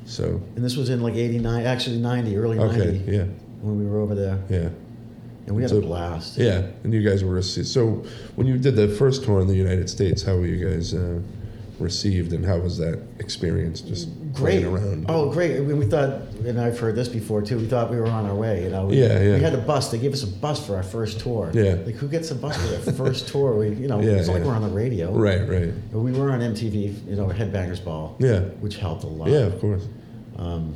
So and this was in like '89, actually '90, early okay, '90 yeah. when we were over there, Yeah. and we had a So- blast. Yeah, and you guys were received. So when you did the first tour in the United States, how were you guys uh, received and how was that experience just great. playing around? Oh, great. I mean, we thought, and I've heard this before too. We thought we were on our way. You know, we, Yeah, yeah. we had a bus. They gave us a bus for our first tour. Yeah. like who gets a bus for their first tour? We, you know, Yeah, it's not like yeah. we're on the radio. Right, right. But we were on MTV. You know, Headbangers Ball. Yeah. which helped a lot. Yeah, of course. um,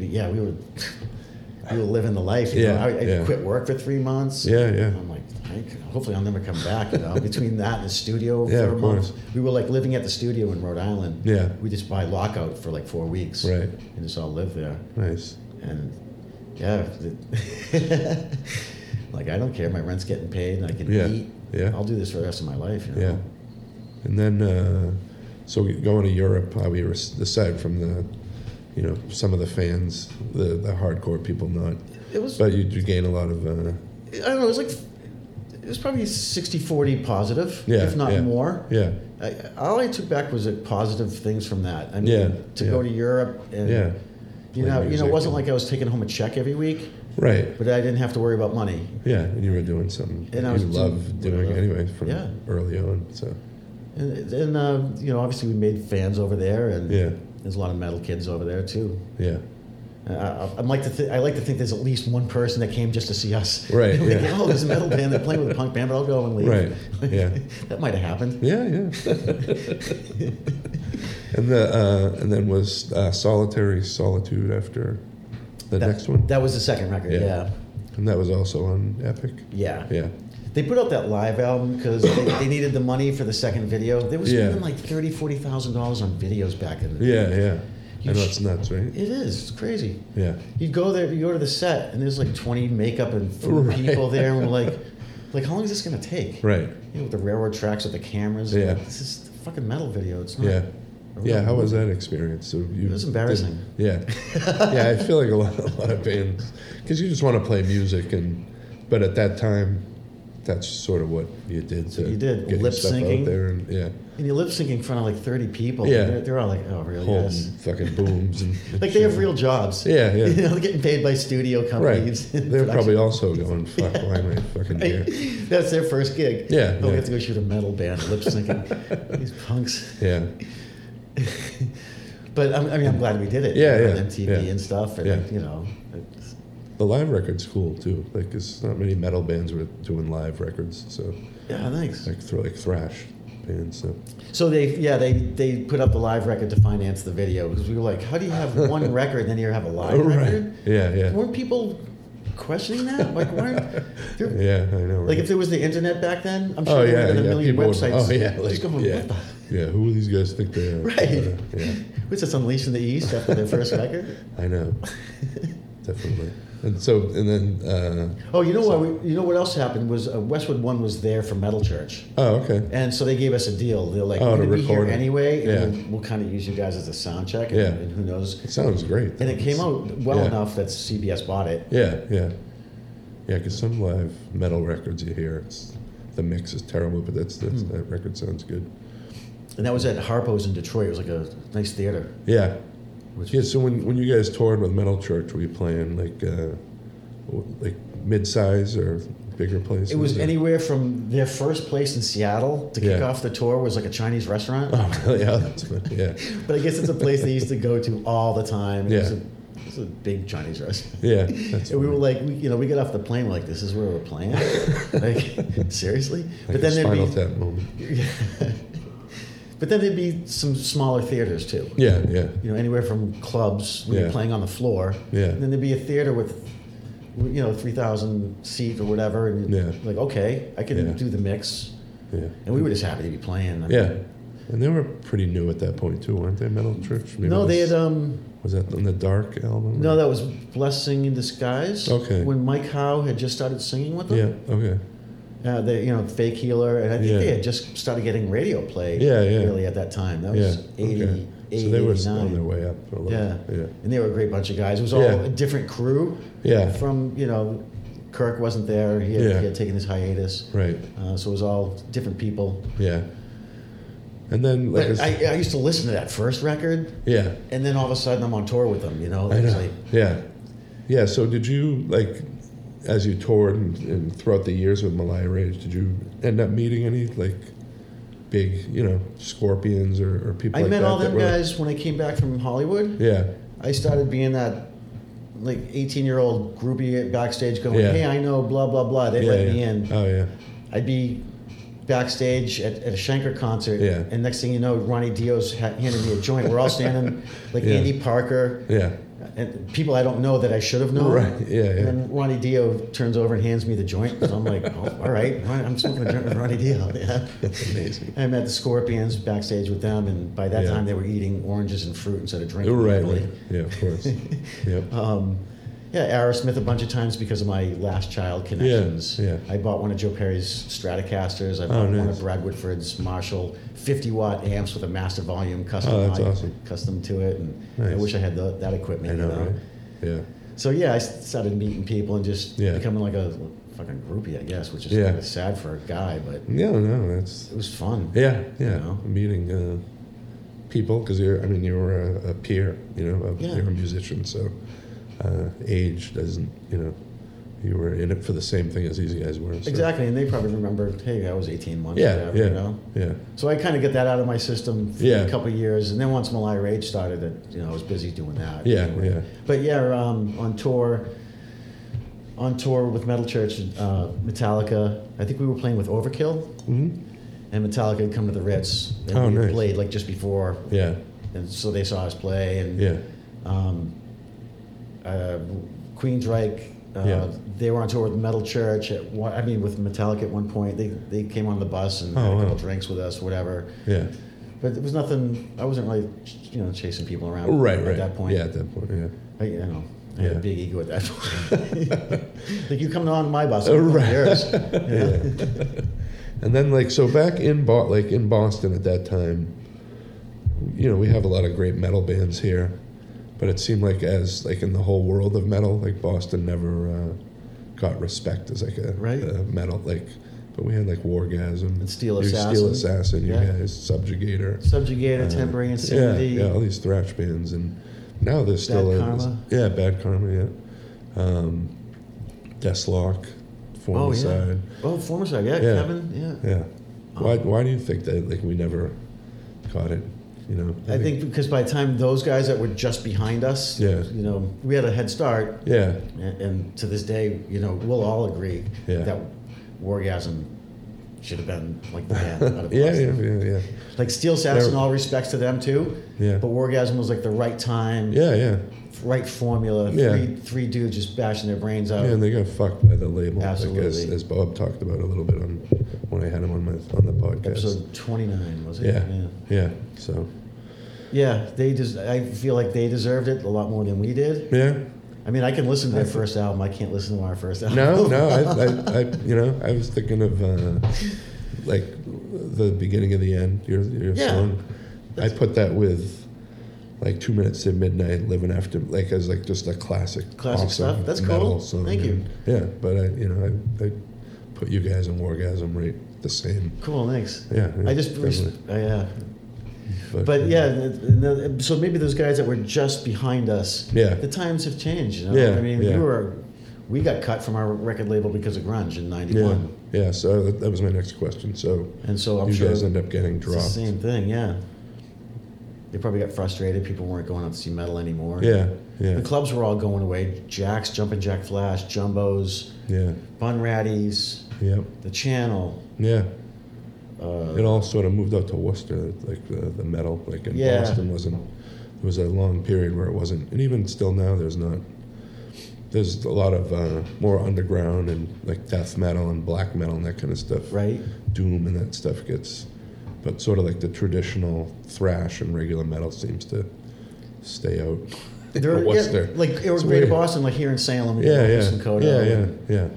yeah, we were. <laughs> We were living the life. You Yeah, know? I, I yeah. quit work for three months. Yeah, yeah. I'm like, I c- hopefully I'll never come back. You <laughs> know, between that and the studio Yeah, for a of month, course. we were like living at the studio in Rhode Island. Yeah. we just buy lockout for like four weeks. Right. and just all live there. Nice. And yeah, the- <laughs> like I don't care. My rent's getting paid, and I can Yeah, eat. yeah. I'll do this for the rest of my life. You know? Yeah, and then uh, so we- going to Europe, how we were aside from the, you know, some of the fans, the the hardcore people, not, it was. but you, you gain a lot of uh, I don't know. It was like it was probably 60-40 positive, Yeah, if not yeah. more. yeah, I, all I took back was like positive things from that. I mean, Yeah, to yeah. go to Europe and yeah, Play you know, you know, it music wasn't and- like I was taking home a check every week, right, but I didn't have to worry about money. yeah, and you were doing something And you I was doing loved what I doing loved. anyway from Yeah. early on. So And, and uh, you know, obviously we made fans over there, and yeah, there's a lot of metal kids over there too. yeah, I, I- I'm like to th- I like to think there's at least one person that came just to see us. Right, <laughs> Like, yeah. Oh, there's a metal band. They're playing with a punk band, but I'll go and leave. Right, yeah. <laughs> that might have happened. yeah, <laughs> yeah. and the uh, and then was uh, solitary solitude after the That- next one, That was the second record. Yeah. Yeah. Yeah. and that was also on Epic. Yeah, They put out that live album because they, they needed the money for the second video. They were Yeah. spending like thirty, forty thousand dollars on videos back in. the yeah, yeah. I You know sh- it's nuts, right? It is. It's crazy. Yeah. You go there, you go to the set, and there's like 20 makeup and food Right. people there, and <laughs> we're like, like how long is this gonna take? Right. You know, with the railroad tracks, with the cameras. Yeah. Like, this is a fucking metal video. It's not. Yeah. a real Yeah. How was movie. that experience? So you It was embarrassing. yeah. <laughs> yeah. I feel like a lot, a lot of bands, because you just want to play music, and but at that time, that's sort of what you did. So to you did get your lip stuff syncing. out there, and yeah, And you lip sync in front of like 30 people. Yeah. They're, they're all like, oh, really? holding Yes. fucking booms <laughs> and Like they have real jobs. Yeah, yeah. <laughs> You know, they're getting paid by studio right. companies. and They're probably production- also going fuck. Why am I fucking here? <laughs> That's their first gig. Yeah, Oh, yeah. we have to go shoot a metal band lip <laughs> syncing. These punks. Yeah. <laughs> But I'm, I mean, I'm glad we did it. Yeah, you know, yeah, on MTV yeah. and stuff, and Yeah. you know, it's, The live record's cool too. Like, it's not many metal bands were doing live records, so yeah, thanks. like thro- like thrash bands. So So they, yeah, they they put up the live record to finance the video because we were like, how do you <laughs> have one record and then you have a live record? Yeah, Oh, yeah. Weren't people questioning that? <laughs> Like, weren't there, Yeah, I know. like right? if there was the internet back then? I'm oh sure there would yeah, have been yeah, a million people would- websites. oh yeah, like, just going, yeah, what the? yeah. Who do these guys think they are? Right. <laughs> Yeah, <laughs> What's this, Unleashing the East after their first record? I know. Definitely. And so, and then, uh, Oh, you know what? We, you know what else happened was uh, Westwood One was there for Metal Church, oh, okay. and so they gave us a deal. They're like, Oh, "We're to going to be here record it. anyway, and Yeah. we'll, kind of use you guys as a sound check, and, Yeah. and who knows." It sounds great. And it came out well Yeah. enough that CBS bought it. Yeah, yeah. Yeah, because some live metal records you hear, it's, the mix is terrible, but that's, that's Hmm. that record sounds good. And that was at Harpo's in Detroit. It was like a nice theater. Yeah. Which- yeah, so when, when you guys toured with Metal Church, were you playing like uh, w- like mid-size or bigger places? It was or- anywhere from their first place in Seattle to kick Yeah. off the tour was like a Chinese <laughs> restaurant. Oh, really? Yeah, that's good. Yeah, But I guess it's a place they used to go to all the time. It was Yeah. a, it was a big Chinese restaurant. yeah. That's <laughs> And we were funny. like, we, you know, we got off the plane like, this is where we're playing. <laughs> like, <laughs> seriously? Like but then a Spinal there'd Tap moment. be, <laughs> but then there'd be some smaller theaters too. Yeah, yeah, You know, anywhere from clubs where you're Yeah. playing on the floor. Yeah. And then there'd be a theater with, you know, three thousand seat or whatever, and Yeah. like, okay, I can Yeah. do the mix. yeah. And we were just happy to be playing. I mean, Yeah, and they were pretty new at that point too, weren't they? Metal Church. Maybe No, it they was- had um. Was that on the Dark album? No, that was blessing in disguise. Okay. When Mike Howe had just started singing with them. Yeah. Okay. Uh, they, you know, fake healer, and I think Yeah. they had just started getting radio play. Yeah, yeah. Really, at that time, that Yeah. was eighty, okay. eighty, So they were 89. on their way up a little. Yeah. Yeah. and they were a great bunch of guys. It was all Yeah. a different crew. Yeah. From you know, Kirk wasn't there. He had, Yeah. he had taken his hiatus. Right. Uh, so it was all different people. Yeah. And then like I But s- I, I used to listen to that first record, yeah, and then all of a sudden I'm on tour with them. You know, I It was know. like- Yeah. Yeah. So did you like, as you toured and, and throughout the years with Malaya Rage, did you end up meeting any like big, you know, Scorpions or, or people? I like met that all that them were like- guys when I came back from Hollywood. yeah. I started being that like 18 year old groupie backstage going, Yeah. hey, I know, blah, blah, blah. They yeah, let yeah. me in. Oh yeah. I'd be backstage at, at a Shanker concert, Yeah. and next thing you know, Ronnie Dio's ha- handed me a joint. We're <laughs> all standing like Yeah. Andy Parker. Yeah. And people I don't know that I should have known. Right, yeah, yeah. And then Ronnie Dio turns over and hands me the joint. So I'm like, <laughs> oh, all right, Ron- I'm smoking a joint with Ronnie Dio. <laughs> Yeah. That's amazing. I met the Scorpions backstage with them, and by that Yeah. time they were eating oranges and fruit instead of drinking. Right. really. right. Yeah. Of <laughs> course. yep. Um, yeah, Aerosmith a bunch of times because of my last child connections. yeah. I bought one of Joe Perry's Stratocasters. I Oh, bought one nice. of Brad Woodford's Marshall 50 watt amps with a master volume custom, Oh, that's audio- awesome. custom to it. And I Nice. wish I had the, that equipment. I know. you know? Right. Yeah. So yeah, I s- started meeting people and just Yeah. becoming like a fucking groupie, I guess, which is Yeah. kind of sad for a guy, but Yeah. No. That's it was fun. Yeah, yeah. know? Meeting uh, people because you're, I mean, you were a, a peer, you know, of Yeah. you're a musician, so uh, age doesn't, you know, you were in it for the same thing as these guys were. so- Exactly, and they probably remember, hey, I was 18 once, Yeah, or whatever, yeah. you know. Yeah, So I kind of get that out of my system for Yeah. a couple of years, and then once Malai Rage started, that you know I was busy doing that. yeah, yeah, But yeah, um, on tour, on tour with Metal Church, uh, Metallica. I think we were playing with Overkill, Mhm. and Metallica had come to the Ritz, and Oh, we had nice. played like just before, yeah, and so they saw us play, and yeah, um, uh, Queensryche. Uh, Yeah. They were on tour with Metal Church. At one, I mean, with Metallica at one point. They they came on the bus and had Oh, a wow. couple drinks with us, whatever. yeah. But it was nothing. I wasn't really, you know, chasing people around. Right, at right. that point, Yeah, at that point, yeah. I, you know, I had Yeah. a big ego at that point. <laughs> like you come on my bus, Oh, I'm on right. <laughs> yours. yeah. and then, like, so back in, Bo- like, in Boston at that time, you know, we have a lot of great metal bands here, but it seemed like as like in the whole world of metal, like Boston never uh, got respect as like a Right. a metal like. But we had like Wargasm, And Steel you Steel Assassin. Assassin, you Yeah. guys, Subjugator, Subjugator, uh, temporary yeah, insanity. yeah, all these thrash bands, and now there's still Bad a, Karma. yeah, Bad Karma, yeah, um, Deathlock, oh yeah. Formicide, Oh, former side. Yeah, Yeah. Kevin. Yeah. yeah. Oh. Why, why do you think that like we never caught it? You know, I think because by the time those guys that were just behind us, Yeah. you know, we had a head start, yeah, and, and to this day, you know, we'll all agree Yeah. that Wargasm should have been like the band out <laughs> of yeah, yeah, Boston. yeah, yeah. Like Steel Sass, in They're- all respects to them too. Yeah. But Wargasm was like the right time, Yeah, yeah. right formula. Yeah. Three, three dudes just bashing their brains out. Yeah, and they got fucked by the label. Like as, Absolutely. as Bob talked about a little bit on when I had him on my on the podcast. Episode 29, was it? yeah, yeah. yeah, So Yeah, they just, I feel like they deserved it a lot more than we did. yeah, I mean, I can listen to their first album. I can't listen to our first album. <laughs> No, no, I, I, I, you know, I was thinking of uh, like the beginning of the end. Your your Yeah. song, I put that with like two minutes to midnight, living after like as like just a classic, Classic awesome stuff? That's metal cool. song. Thank you. Yeah, but I, you know, I, I put you guys in Wargasm right the same. cool, thanks. Yeah, yeah, I just, res- definitely. uh, I, uh, but yeah, th- th- so maybe those guys that were just behind us, Yeah. the times have changed. You know? Yeah, I mean, yeah. we were, we got cut from our record label because of grunge in yeah, '91, yeah. So that, that was my next question. So and so I'm you sure guys end up getting it's the dropped. same thing. Yeah, they probably got frustrated. People weren't going out to see metal anymore. Yeah, yeah, The clubs were all going away. Jack's, Jumpin' Jack Flash, Jumbo's, yeah, Bun Ratties, yeah, The Channel. yeah. Uh, It all sort of moved out to Worcester, like the, the metal, like in Yeah. Boston wasn't. There was a long period where it wasn't, and even still now, there's not. There's a lot of uh, more underground and like death metal and black metal and that kind of stuff. right? Doom and that stuff gets, but sort of like the traditional thrash and regular metal seems to stay out. There, in yeah, Worcester. like it was It's great weird. Boston, like here in Salem, you Yeah, know, yeah, Eastern Coda, yeah, yeah, and- yeah.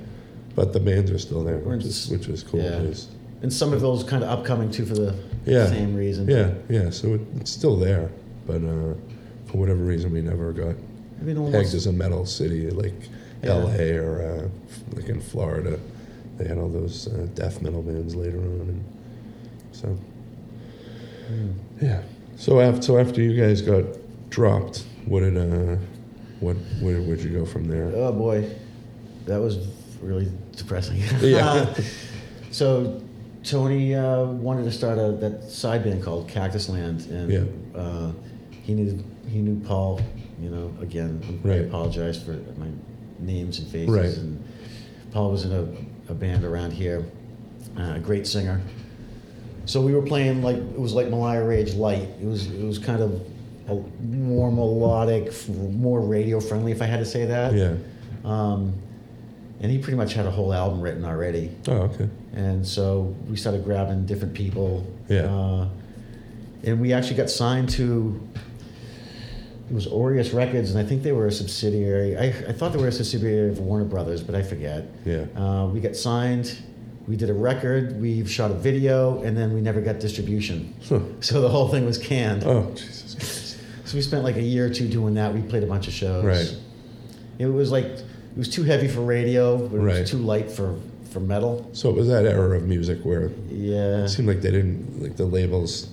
But the bands are still there, We're in which is s- which is cool. yeah. It's- And some of those kind of upcoming too for the Yeah. same reason. Yeah, yeah. So it, it's still there, but uh, for whatever reason, we never got I mean, pegged almost, as a metal city like Yeah. L.A. or uh, f- like in Florida. They had all those uh, death metal bands later on, and so yeah. So after so after you guys got dropped, what did uh, what where would you go from there? oh boy, that was really depressing. <laughs> <laughs> Uh, Yeah. so Tony uh, wanted to start a, that side band called Cactus Land, and Yeah. uh, he knew he knew Paul. You know, again, I Right. apologize for my names and faces. Right. And Paul was in a, a band around here, uh, a great singer. So we were playing like it was like Malaya Rage light. It was it was kind of a more melodic, f- more radio friendly, if I had to say <laughs> that. Yeah. Um, and he pretty much had a whole album written already. Oh, okay. And so we started grabbing different people. Yeah. Uh, and we actually got signed to, it was Aureus Records, and I think they were a subsidiary. I, I thought they were a subsidiary of Warner Brothers, but I forget. Yeah. Uh, we got signed, we did a record, we shot a video, and then we never got distribution. <laughs> Huh. So the whole thing was canned. Oh, Jesus Christ. So we spent like a year or two doing that. We played a bunch of shows. Right. It was like, it was too heavy for radio, but it Right. was too light for, for metal. So it was that era of music where Yeah. It seemed like they didn't like the labels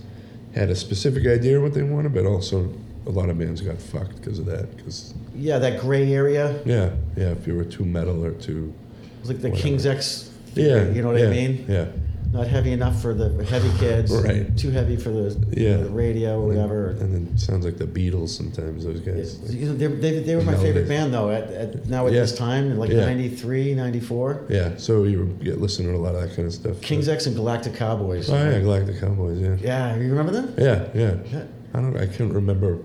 had a specific idea of what they wanted, but also a lot of bands got fucked because of that. Because Yeah, that gray area. yeah, yeah, if you were too metal or too It was like the Whatever. King's X. yeah, You know what yeah, I mean? Yeah, Not heavy enough for the heavy <laughs> kids. Right. Too heavy for the, Yeah. the radio or whatever. And then sounds like the Beatles sometimes. Those guys. like- You know, they, they, they were my Nowadays. favorite band though. At, at now at Yeah. this time, like Yeah. '93, '94, yeah, so you were get listening to a lot of that kind of stuff. King's X and Galactic Cowboys. Oh yeah, Galactic Cowboys. Yeah. Yeah, you remember them? yeah, yeah, Yeah. I don't. I can't remember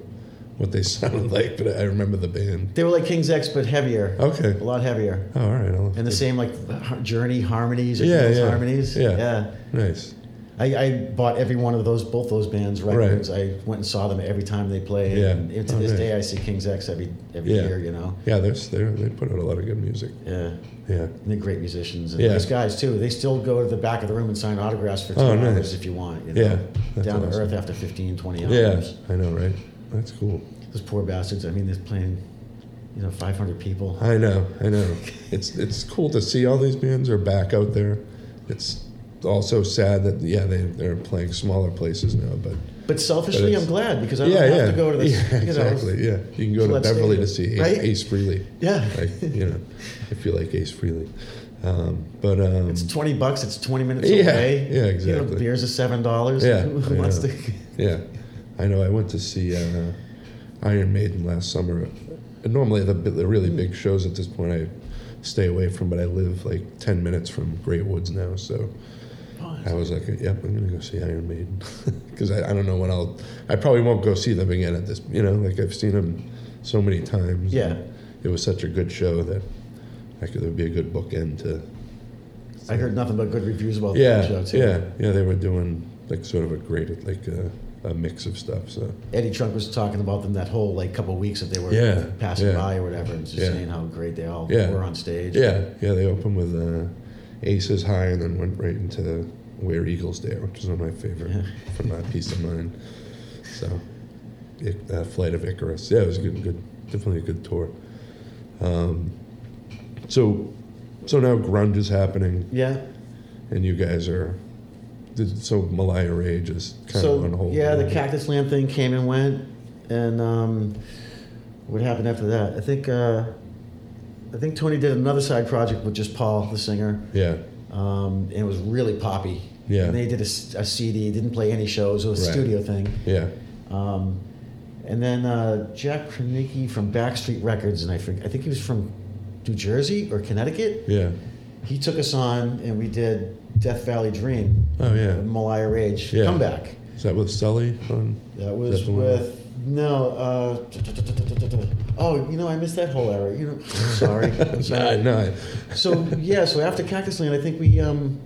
what they <laughs> sounded like, but I remember the band. They were like King's X, but heavier, Okay. a lot heavier, Oh, all right. I'll- and the same like har- Journey harmonies, or Yeah, Beatles yeah. harmonies. Yeah. yeah. Nice. I, I bought every one of those, both those bands' records. I went and saw them every time they played. Yeah. And to Oh, this nice. day, I see King's X every every Yeah. year. You know, Yeah, they're, they're they put out a lot of good music. yeah, and Yeah. they're great musicians and Yeah. nice guys too. They still go to the back of the room and sign autographs for two Oh, nice. hours if you want. You know? Yeah, that's down to awesome. earth after 15, 20 Yeah, hours. I know, right? That's cool. Those poor bastards. I mean, they're playing, you know, five hundred people. I know, I know. It's it's cool to see all these bands are back out there. It's also sad that yeah they they're playing smaller places now, but But selfishly, it's- I'm glad because I don't yeah, have yeah, to go to this. <laughs> yeah, you know. exactly. Yeah, you can go to Gillette Beverly Stadium, to see Ace, right? Ace Frehley. Yeah. Like you know, if you like Ace Frehley, um, but um, It's twenty bucks. It's twenty minutes Yeah, away. yeah, You exactly. know, beers are seven dollars. Yeah, Who I wants know. <laughs> to? Yeah, I know. I went to see uh, Iron Maiden last summer. And normally, the, bi- the really big shows at this point, I stay away from. But I live like ten minutes from Great Woods now, so Oh, I was like, "Yep, I'm gonna go see Iron Maiden," <laughs> because I, I don't know when I'll. I probably won't go see them again at this. You know, like I've seen them so many times. Yeah. and it was such a good show that I could. It would be a good bookend to I heard nothing but good reviews about yeah, that show too. yeah, yeah. They were doing like sort of a great like uh, a mix of stuff. So Eddie Trunk was talking about them that whole like couple weeks that they were Yeah, passing yeah. by or whatever, and just Yeah. saying how great they all Yeah. were on stage. yeah, yeah, they opened with uh, Aces High and then went right into Where Eagles Dare, which is one of my favorite from my peace of mind. So, it, uh, Flight of Icarus, yeah, it was a good, good, definitely a good tour. Um, so, so now grunge is happening. Yeah. and you guys are so Malaya Rage is kind so of on hold. yeah, the Cactus Land thing came and went, and um, what happened after that? I think uh, I think Tony did another side project with just Paul, the singer, Yeah, um, and it was really poppy. Yeah. And they did a, s- a CD, didn't play any shows. It was a Right. studio thing. yeah, Um, and then uh, Jack Kranicki from Backstreet Records, and I forget, I think he was from New Jersey or Connecticut. yeah. He took us on, and we did Death Valley Dream, Oh yeah. Malaya Rage, Yeah. comeback. Is that with Sully on? That was That's the one. with no. Uh, t- t- t- t- t- t- t- oh, you know, I missed that whole era. You know, I'm <laughs> sorry. I'm No, sorry. no. So yeah, so after Cactus Land, I think we um,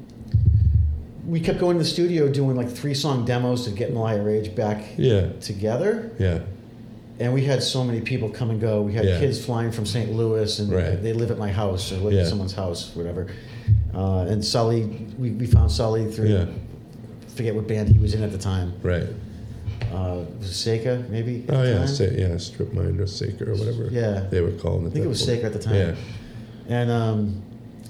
we kept going to the studio doing like three song demos to get Malaya Rage back Yeah, together. yeah, And we had so many people come and go. We had Yeah. kids flying from St. Louis, and Right. they live at my house or live Yeah. at someone's house, whatever. Uh, and Sully, we, we found Sully through yeah. forget what band he was in at the time. Right. Uh, was it Seika maybe? at Oh the yeah, time? sa- yeah. Strip Mind or Saker or whatever. Yeah. They were calling it. I think it was Saker at the time. Yeah, And um,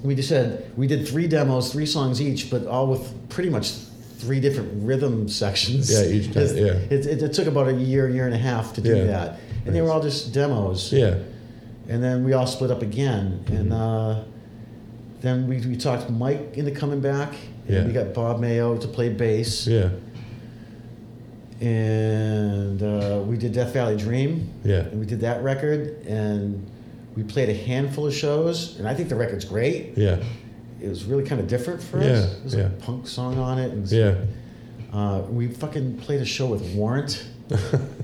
we just said we did three demos, three songs each, but all with pretty much three different rhythm sections. Yeah, each time, <laughs> It's- yeah. It, it, it took about a year, year and a half to do Yeah. that, and they were Nice. all just demos. yeah, And then we all split up again, Mm-hmm. and uh, then we, we talked Mike into coming back. And Yeah. We got Bob Mayo to play bass, yeah, and uh, we did Death Valley Dream. yeah. And we did that record, and we played a handful of shows, and I think the record's great. Yeah, it was really kind of different for Yeah, us. There's yeah. a punk song on it. And yeah, uh, we fucking played a show with Warrant.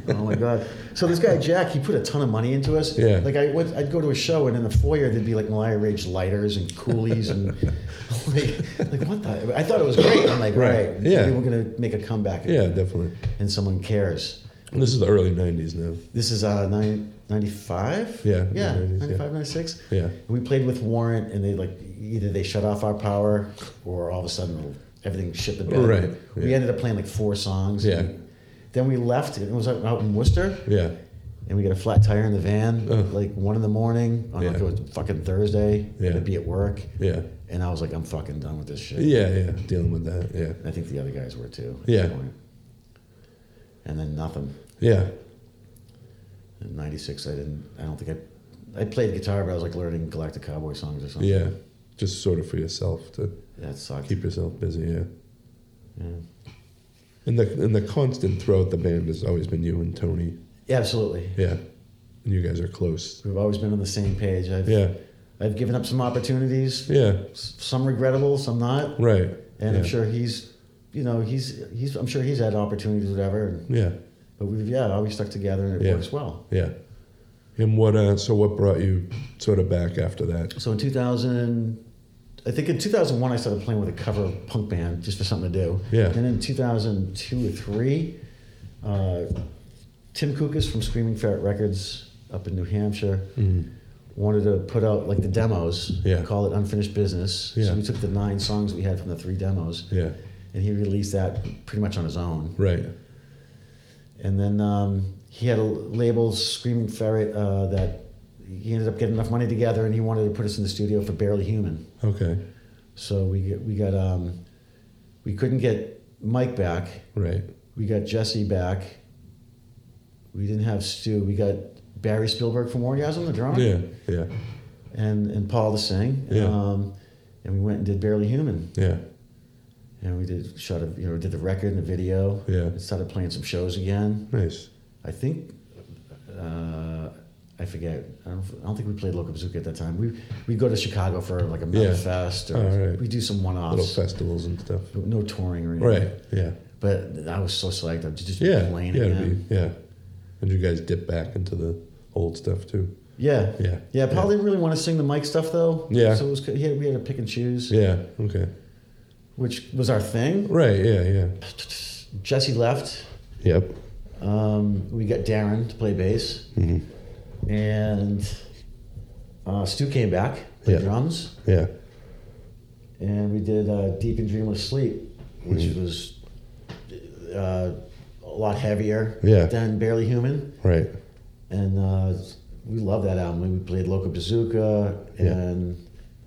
oh my god! So this guy Jack, he put a ton of money into us. Yeah. Like I would, I'd go to a show and in the foyer there'd be like Malaya Rage lighters and <laughs> coolies and like, like what the? I thought it was great. I'm like, Right, right, yeah. maybe we're gonna make a <laughs> comeback. yeah, definitely. And someone cares. And this is the early '90s now. This is uh, nine, 95? Yeah, Yeah, 90s, yeah. 95, 96. Yeah, We played with Warrant, and they like either they shut off our power, or all of a sudden everything shit the bed. Right, We yeah. ended up playing like four songs. Yeah. and Then we left. and It was out out in Worcester, yeah, and we got a flat tire in the van, Ugh. like one in the morning. On like Yeah. it was fucking Thursday. Yeah. Yeah. I'd be at work, yeah, and I was like, I'm fucking done with this shit. yeah, yeah. Dealing with that. Yeah, And I think the other guys were too. at Yeah. that point. And then nothing. yeah, In '96, I didn't. I don't think I. I played guitar, but I was like learning Galactic Cowboy songs or something. yeah. Just sort of for yourself to That sucked. keep yourself busy. Yeah. yeah. And the and the constant throughout the band has always been you and Tony. Yeah, absolutely. Yeah, and you guys are close. We've always been on the same page. I've, Yeah, I've given up some opportunities, yeah, s- some regrettable, some not. right. And yeah. I'm sure he's, you know, he's he's. I'm sure he's had opportunities, whatever. And, Yeah, but we've yeah, always stuck together and it Yeah. works well. yeah. And what? Uh, so what brought you sort of back after that? So in 2000, I think in 2001 I started playing with a cover punk band just for something to do. Yeah. And in 2002 or three, uh, Tim Kukas from Screaming Ferret Records up in New Hampshire. Mm. wanted to put out like the demos, Yeah. call it unfinished business. Yeah. So we took the nine songs we had from the three demos, Yeah, and he released that pretty much on his own. right. And then um, he had a label, Screaming Ferret, uh, that he ended up getting enough money together, and he wanted to put us in the studio for Barely Human. Okay, So we get, we got um, we couldn't get Mike back, right. we got Jesse back. We didn't have Stu. We got Barry Spielberg from Orgasm, the drummer. Yeah, yeah, and, and Paul to sing. Yeah. Um, and we went and did Barely Human. yeah, And we did shot a, you know, did the record and the video. yeah. And started playing some shows again. Nice. I think, uh, I forget. I don't, I don't think we played Local Bazooka at that time. We we go to Chicago for like a metal Yeah. fest or All right. we do some one Little offs. festivals and stuff. No touring or anything. Right. Yeah. But I was so psyched. I'm just Yeah. playing Yeah. it'd again. be- yeah. And you guys dip back into the old stuff too. Yeah. Yeah. Yeah. Paul didn't really want to sing the mic stuff though. Yeah. So it was, he had, we had to pick and choose, Yeah. Okay. which was our thing. Right. Yeah. Yeah. Jesse left. Yep. Um, we got Darren to play bass, Mm-hmm. and uh, Stu came back played Yeah. drums, Yeah. and we did uh, Deep and Dreamless Sleep, which Mm. was uh, a lot heavier Yeah. than Barely Human, Right. and uh, we love that album. We played Loco Bazooka, Yeah. and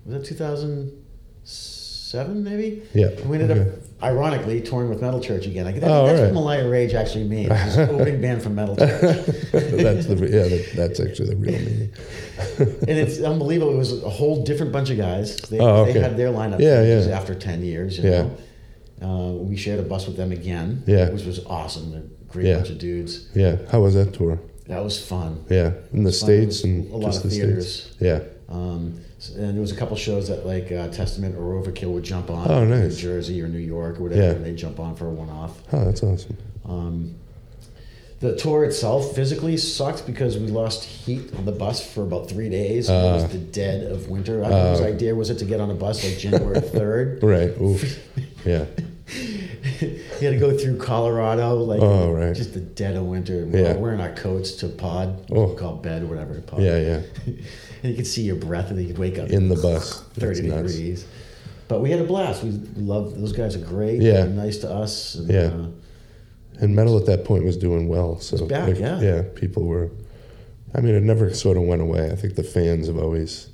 was that 2007 maybe? Yeah. And we ended Okay. up, ironically, touring with Metal Church again. Like, that, Oh, that's alright. what Malaya Rage actually means. <laughs> It's an opening band from Metal Church. that's the yeah. That, that's actually the real meaning. <laughs> and it's unbelievable. It was a whole different bunch of guys. They, Oh, okay. they had their lineup Yeah, changes yeah. after 10 years. You Yeah. Know? Uh, we shared a bus with them again, Yeah. which was awesome. A great Yeah. bunch of dudes. Yeah. How was that tour? That was fun. Yeah. In the Fun. states and A lot just of the theaters. states. Yeah. Um, s- and there was a couple shows that like uh, Testament or Overkill would jump on. Oh, in nice. New Jersey or New York or whatever. Yeah. And they jump on for a one-off. Oh, that's awesome. Um, the tour itself physically sucked because we lost heat on the bus for about three days. it Uh. was the dead of winter. I think whose idea was it to get on a bus like <laughs> January 3rd? Right. <laughs> Oof. Yeah. you had to go through Colorado, like Oh, right. just the dead of winter. Yeah. We're wearing our coats to pod, Oh. called bed, whatever. Pod. Yeah. Yeah. and you could see your breath, and then you'd wake up In the bus. That's 30 nuts. degrees. But we had a blast. We love those guys are great. Yeah. They're nice to us. And, Yeah. uh, And metal at that point was doing well. So back, like, yeah. people were. I mean, it never sort of went away. I think the fans have always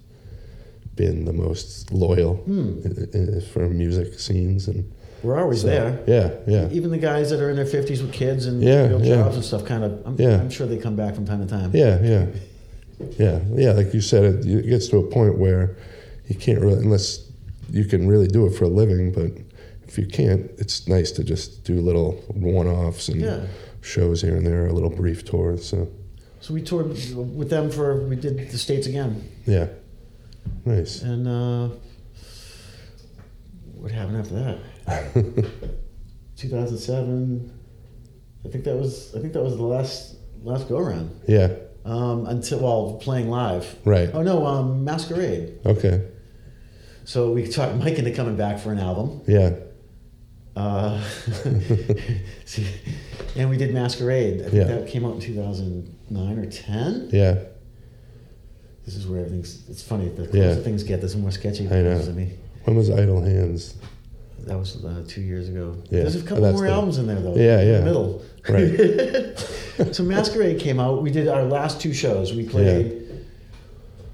been the most loyal Hmm. i- i- for music scenes and we're always there. yeah, yeah, even the guys that are in their 50s with kids and Yeah, real yeah. jobs and stuff kind of I'm, Yeah. I'm sure they come back from time to time yeah, yeah, yeah, yeah. Like you said, it, it gets to a point where you can't really unless you can really do it for a living. But if you can't, it's nice to just do little one-offs and Yeah. shows here and there, a little brief tours. So so we toured with them for we did the states again yeah, nice. <laughs> and uh, what happened after that 2007 i think that was i think that was the last last go around Yeah, um, until while playing live right. oh no um, masquerade Okay. so we talked mike into coming back for an album Yeah. Uh, <laughs> see, and we did Masquerade. I think Yeah. that came out in 2009 or 10. Yeah. This is where everything's. It's funny. The closer Yeah. things get, the more sketchy it I know. becomes to me. When was Idle Hands? That was uh, two years ago. Yeah. There's a couple That's more the- albums in there though. Yeah, in the yeah. <laughs> middle. <laughs> so Masquerade came out. We did our last two shows. We played.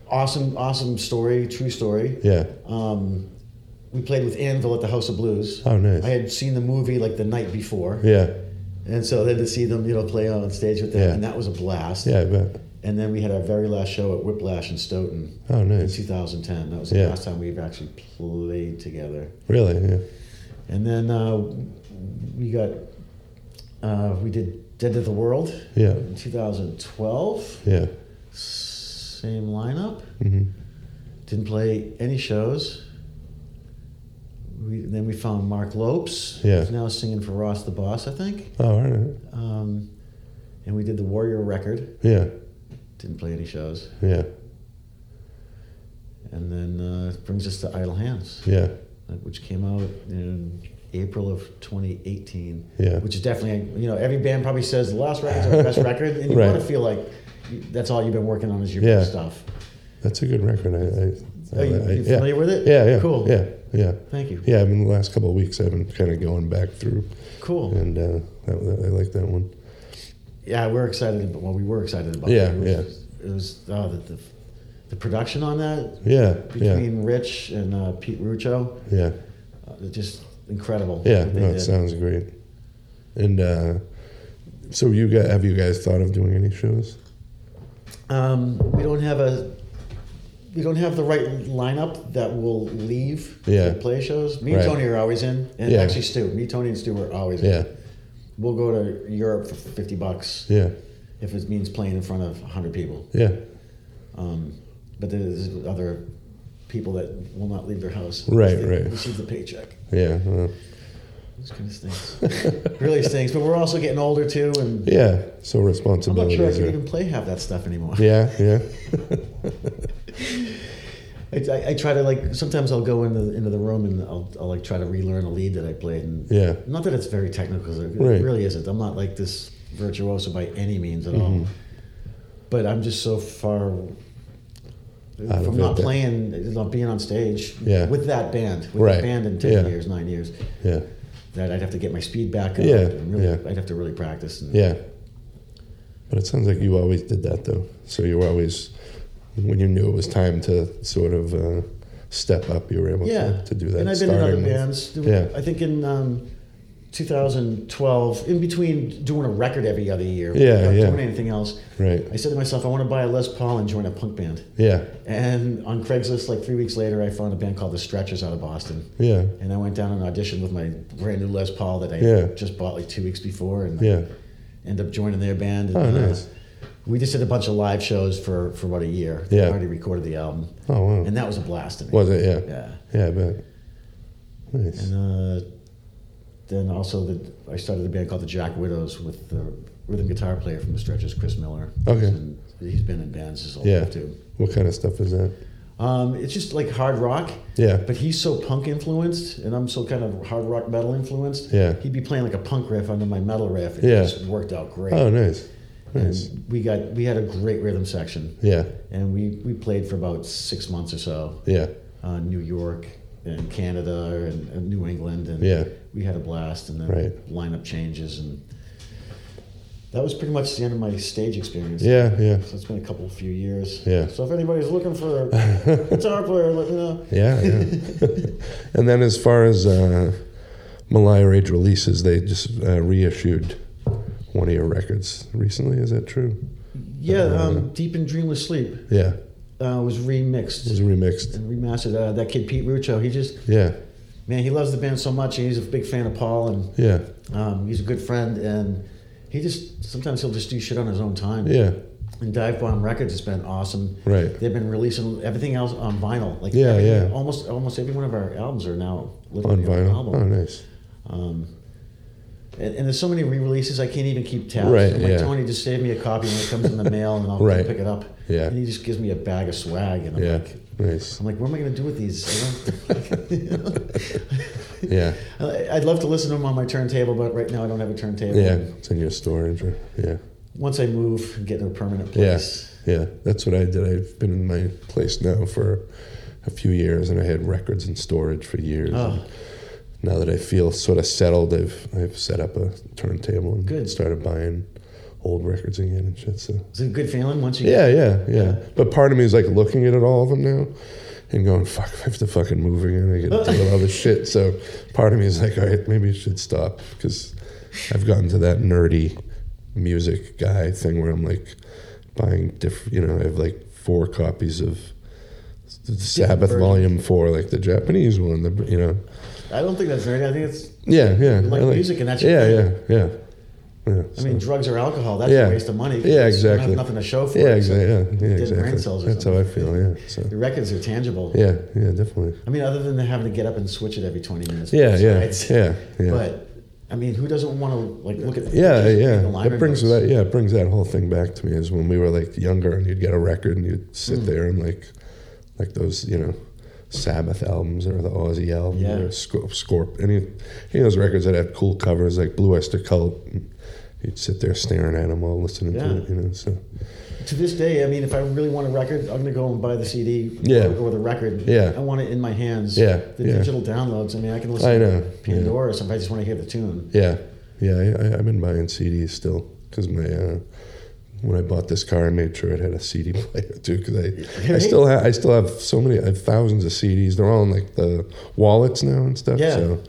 Awesome, awesome story, true story. Yeah. Um, we played with Anvil at the House of Blues. Oh, nice. I had seen the movie like the night before. Yeah. And so then to see them, you know, play on stage with them, Yeah. and that was a blast. Yeah, I bet. And then we had our very last show at Whiplash in Stoughton Oh, in nice. 2010. That was the Yeah. last time we've actually played together. Really? Yeah. And then uh, we got, uh, we did Dead to the World Yeah. in 2012. Yeah. Same lineup. hmm Didn't play any shows. We, then we found Mark Lopes, Yeah. who's now singing for Ross the Boss, I think. Oh, all right. Um, and we did the Warrior record. Yeah. Didn't play any shows. Yeah. And then uh, it brings us to Idle Hands, Yeah. uh, which came out in April of 2018. Yeah. Which is definitely, you know, every band probably says the last record's our best record. And <laughs> you Right. want to feel like you- that's all you've been working on is your Yeah. best stuff. That's a good record. I, I, Are Oh, you, I- you yeah. familiar with it? Yeah. Yeah. Cool. Yeah. Yeah. Thank you. Yeah. I mean, the last couple of weeks I've been kind of going back through, Cool. Yeah. and uh, that, that- I like that one. we're excited about, well, we were excited about Yeah, it. It was, yeah. It was, oh, the, the, the production on that Yeah. Yeah. between Rich and uh, Pete Rucho, Yeah. uh, just incredible. Yeah. what they No, it did. sounds great. And uh, so, you guys, have you guys thought of doing any shows? uh, um, we don't have a we don't have the right lineup that will leave Yeah. to play shows. Me Right. and Tony are always in, and Yeah. actually Stu, me, Tony, and Stu are always Yeah. in. We'll go to Europe for fifty bucks Yeah. if it means playing in front of hundred people. Yeah. Um, but there's other people that will not leave their house. Right, They right. Receive the paycheck. Yeah. uh, Well, Those kind of things really stinks. <laughs> But we're also getting older too, and yeah. So I'm not responsibilities. sure I can are- even play half that stuff anymore. Yeah, yeah, I it's, I, I try to like sometimes I'll go into into the room and I'll, I'll like try to relearn a lead that I played and Yeah. not that it's very technical 'cause it, Right. it really isn't I'm not like this virtuoso by any means at Mm-hmm. all but I'm just so far Out of from it not that- playing not being on stage Yeah. with that band with Right. that band in 10 Yeah. years 9 years Yeah. that I'd have to get my speed back up Yeah. and really Yeah. I'd have to really practice and Yeah. But it sounds like you always did that, though. So you were always, when you knew it was time to sort of uh, step up, you were able yeah to, to do that. and i've been in other starting with- bands There Yeah. were- i think in um, 2012 in between doing a record every other year Yeah, not yeah. doing anything else Right. i said to myself i want to buy a les paul and join a punk band Yeah. and on craigslist like three weeks later i found a band called the stretchers out of boston Yeah. and i went down and auditioned with my brand new les paul that i Yeah. just bought like two weeks before and Yeah. end up joining their band and, uh, Oh, nice. we just did a bunch of live shows for, for about a year. Yeah. I already recorded the album, Oh, wow. and that was a blast to me. was it? Yeah. Yeah. Yeah, I bet. Nice. And uh, then also, the, I started a band called the Jack Widows with the rhythm guitar player from the Stretches, Chris Miller. Okay. And he's been in bands his whole Yeah. life too. What kind of stuff is that? Um, it's just like hard rock, Yeah. but he's so punk influenced, and I'm so kind of hard rock metal influenced. Yeah. He'd be playing like a punk riff under my metal riff. It Yeah. just worked out great. Oh, nice. Nice. And we got we had a great rhythm section, Yeah. and we we played for about six months or so. Yeah. uh, New York and Canada and, and New England, and Yeah. we had a blast. And then Right. lineup changes, and that was pretty much the end of my stage experience. Yeah. Yeah. So it's been a couple few years. Yeah. So if anybody's looking for <laughs> a guitar player, let me know. Yeah. <laughs> Yeah. and then as far as uh, Malaya Rage releases, they just uh, reissued one of your records recently. Is that true? Yeah, Uh, um, Deep in Dreamless Sleep Yeah. uh, was remixed It was remixed. and remastered. Uh, that kid Pete Rucho, he just Yeah. man, he loves the band so much, and he's a big fan of Paul, and Yeah. um, he's a good friend, and he just sometimes he'll just do shit on his own time. Yeah. And Dive Bomb Records has been awesome. Right. They've been releasing everything else on vinyl. Like Yeah, every- yeah. Almost almost every one of our albums are now On literally an vinyl. Oh, album. nice. Um, and, and there's so many re-releases I can't even keep tabs. Right, I'm like yeah. Tony, just save me a copy when it comes <laughs> in the mail, and I'll go Right. pick it up. Yeah. And he just gives me a bag of swag, and I'm Yeah. like, Nice. I'm like, what am I going to do with these? I <laughs> don't, Yeah. I- Uh, I'd love to listen to them on my turntable, but right now I don't have a turntable. Yeah. It's in your storage. Or, yeah. Once I move and get in a permanent Yeah, place. yeah, that's what I did. I've been in my place now for a few years, and I had records in storage for years. Oh. Now that I feel sort of settled, I've I've set up a turntable and Good. started buying old records again and shit. So It's a good feeling once you yeah, yeah, yeah. But part of me is like looking at it, all of them now. And going, fuck, I have to fucking move again. I get to deal with all this shit. So part of me is like, all right, maybe I should stop because I've gotten to that nerdy music guy thing where I'm like buying different, you know, I have like four copies of the Sabbath versions. Volume 4, like the Japanese one, the, you know. I don't think that's nerdy. I think it's. Yeah, yeah. like I music and that's your Yeah, yeah, thing. yeah. Yeah, I mean, drugs or alcohol. That's Yeah. a waste of money. Yeah, because You don't exactly. have nothing to show for yeah, it. except exactly. Yeah, yeah, dead brain cells exactly. or That's how I feel. Yeah. <laughs> So, The records are tangible. yeah, yeah, definitely. I mean, other than having to get up and switch it every twenty minutes. Yeah, It's yeah, nice. yeah, yeah. But I mean, who doesn't want to like look at? yeah, just yeah. the liner That brings notes? that. Yeah, it brings that whole thing back to me. Is when we were like younger, and you'd get a record, and you'd sit Hmm. there and like, like those, you know, Sabbath albums or the Aussie album Yeah. or Scorp, Scorp, any, any of those records that had cool covers, like Blue Oyster Cult. and You'd sit there staring at them while listening to Yeah. it, you know. So To this day, I mean, if I really want a record, I'm gonna go and buy the CD. Yeah. Or, or the record. Yeah. I want it in my hands. Yeah, The yeah. digital downloads. I mean, I can listen. I know, To Pandora. If I just want to hear the tune. yeah, yeah, I, I, I've been buying CDs still because my. Uh, when I bought this car, I made sure it had a CD <laughs> player too, because I, I Right. still have I still have so many I have thousands of CDs. They're all in like the wallets now and stuff. Yeah. So,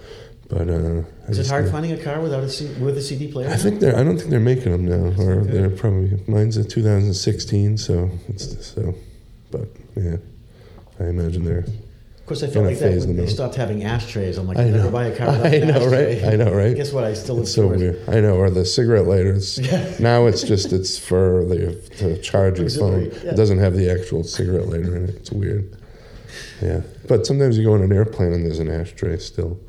but uh, I Is it just- hard finding a car without a C- with a CD player? I think they're. I don't think they're making them now, or Okay. they're probably mine's a 2016. So it's so, but yeah, I imagine they're. Of course, I felt Gonna like that phase when them they out. stopped having ashtrays. I'm like, I I'll never know. buy a car <laughs> without I an know, ashtray. right? I know, right? <laughs> Guess what? I still It's so enjoy it. weird. I know, or the cigarette lighter. It's, <laughs> Yeah. Now it's just it's for the to charge your phone. Auxiliary, yeah. It doesn't have the actual cigarette lighter in it. It's weird. Yeah, but sometimes you go on an airplane and there's an ashtray still.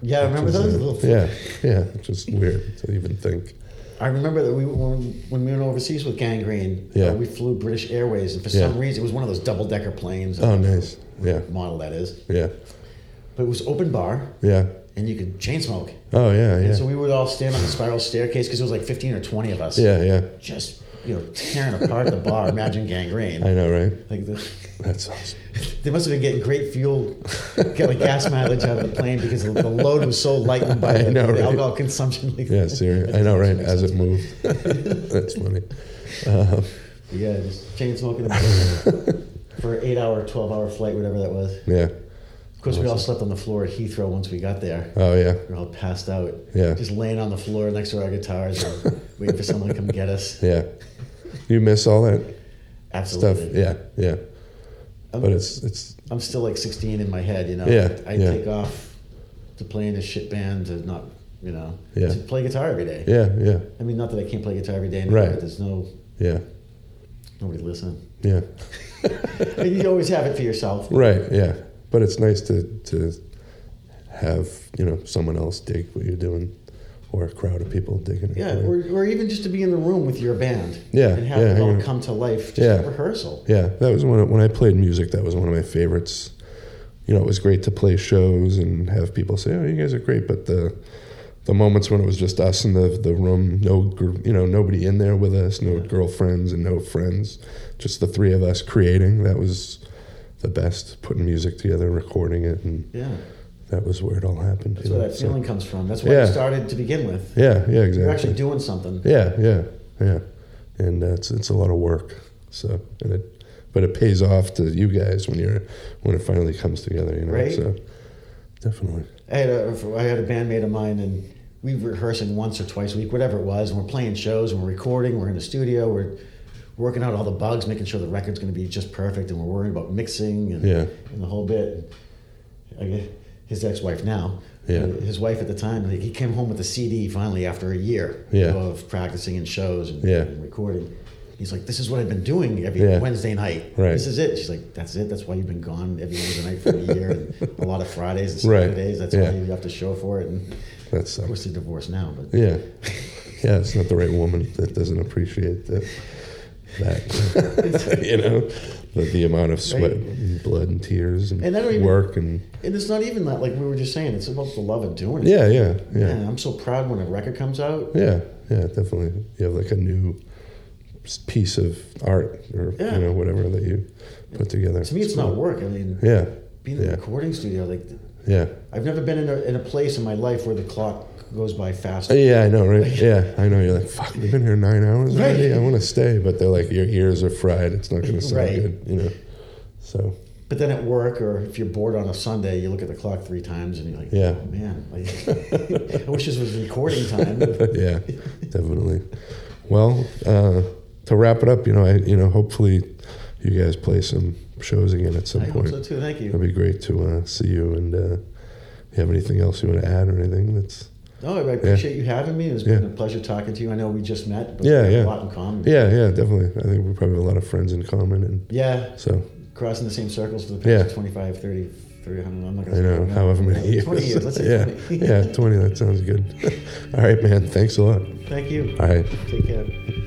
Yeah, I remember Which is, those uh, little. yeah, yeah, which is weird to even think. I remember that we when, when we went overseas with Gangrene, Yeah. uh, we flew British Airways, and for Yeah. some reason it was one of those double decker planes. I Oh, don't know nice. what Yeah. model that is, Yeah. but it was open bar, Yeah. and you could chain smoke. Oh yeah. And Yeah. so we would all stand on the spiral staircase because it was like fifteen or twenty of us, Yeah. Yeah. just you know tearing apart the bar. Imagine Gangrene. I know, right? like the, That's awesome. they must have been getting great fuel, got like gas mileage out of the plane because the the load was so lightened by <laughs> I the, know, the right? alcohol consumption. Like, <laughs> Yeah, <laughs> serious. I know, right? As it moved. That's funny. Um, Yeah, just chain smoking the- for eight hour, twelve hour flight, whatever that was. yeah. Of course, we all slept on the floor at Heathrow once we got there. Oh yeah. We were all passed out. Yeah. Just laying on the floor next to our <laughs> guitars, and waiting for someone to come get us. Yeah. You miss all that stuff. Absolutely. Yeah. Yeah. I'm, But it's it's I'm still like 16 in my head, you know. Yeah, I yeah. take off to play in a shit band to not, you know, Yeah. to play guitar every day. yeah, yeah, I mean, not that I can't play guitar every day. Anymore, Right. but There's no yeah, nobody listening. <laughs> yeah. And you always have it for yourself. <laughs> Right, yeah. But it's nice to to have, you know, someone else dig what you're doing or a crowd of people digging it. Yeah, you know. or, or even just to be in the room with your band. Yeah, And have yeah, it I all know. come to life just Yeah. at rehearsal. Yeah, that was one of, when I played music. That was one of my favorites. You know, it was great to play shows and have people say, "Oh, you guys are great," but the the moments when it was just us in the the room, no gr- you know nobody in there with us, no Yeah. girlfriends and no friends, just the three of us creating. That was the best. Putting music together, recording it, and Yeah. that was where it all happened. That's you where know, that so- feeling comes from. That's why Yeah. you started to begin with. yeah, yeah, exactly. You're actually doing something. Yeah, yeah, yeah. And uh, it's it's a lot of work. So and it, but it pays off to you guys when you're when it finally comes together. You know. Right. So definitely. I had a, I had a bandmate of mine, and we were rehearsing once or twice a week, whatever it was. And we're playing shows, and we're recording, we're in the studio, we're working out all the bugs, making sure the record's going to be just perfect, and we're worrying about mixing and, Yeah. and the whole bit. I gue- his ex-wife now, Yeah. his wife at the time, like, he came home with a CD finally after a year Yeah. of practicing and shows and, Yeah. and recording. He's like, this is what I've been doing every Yeah. Wednesday night. Right. This is it. She's like, that's it. That's why you've been gone every Wednesday night for a year and a lot of Fridays and Right. Saturdays. That's Yeah. all you have to show for it. And of That sucks. course, they're divorced now, but Yeah. Yeah, it's not the right woman that doesn't appreciate that. That <laughs> you know, the, the amount of sweat, Right. and blood, and tears, and, And I don't even- work, and and it's not even that. Like we were just saying, it's about the love of doing it. yeah, yeah, yeah, Man, I'm so proud when a record comes out. yeah, yeah, definitely. You have like a new s- piece of art, or Yeah. you know, whatever that you put together. To me, it's not work. I mean, Yeah, being in a yeah. recording studio, like yeah, I've never been in a, in a place in my life where the clock goes by faster. Uh, yeah. I know, <laughs> right? Yeah, I know. You're like, fuck. We've been here nine hours Right. already. I want to stay, but they're like, your ears are fried. It's not going to sound Right. good, you know. So But then at work, or if you're bored on a Sunday, you look at the clock three times and you're like, "Oh, <laughs> Yeah. man, like, <laughs> I wish this <laughs> was recording time. yeah, definitely. Well, uh, to wrap it up, you know, I, you know, hopefully, you guys play some shows again at some I hope point. so too. Thank you. It'll be great to uh, see you. And uh, you have anything else you want to add or anything? That's No, I appreciate you having me. It's been Yeah. a pleasure talking to you. I know we just met, but Yeah, we have yeah. a lot in common. yeah, yeah, definitely. I think we probably have a lot of friends in common, and Yeah, so crossing the same circles for the past Yeah. 25, 30, 300, I'm not I going to know, however many years. 20 years, let's say <laughs> yeah, 20. <laughs> yeah, 20, that sounds good. All right, man, thanks a lot. <laughs> Thank you. All right. Take care.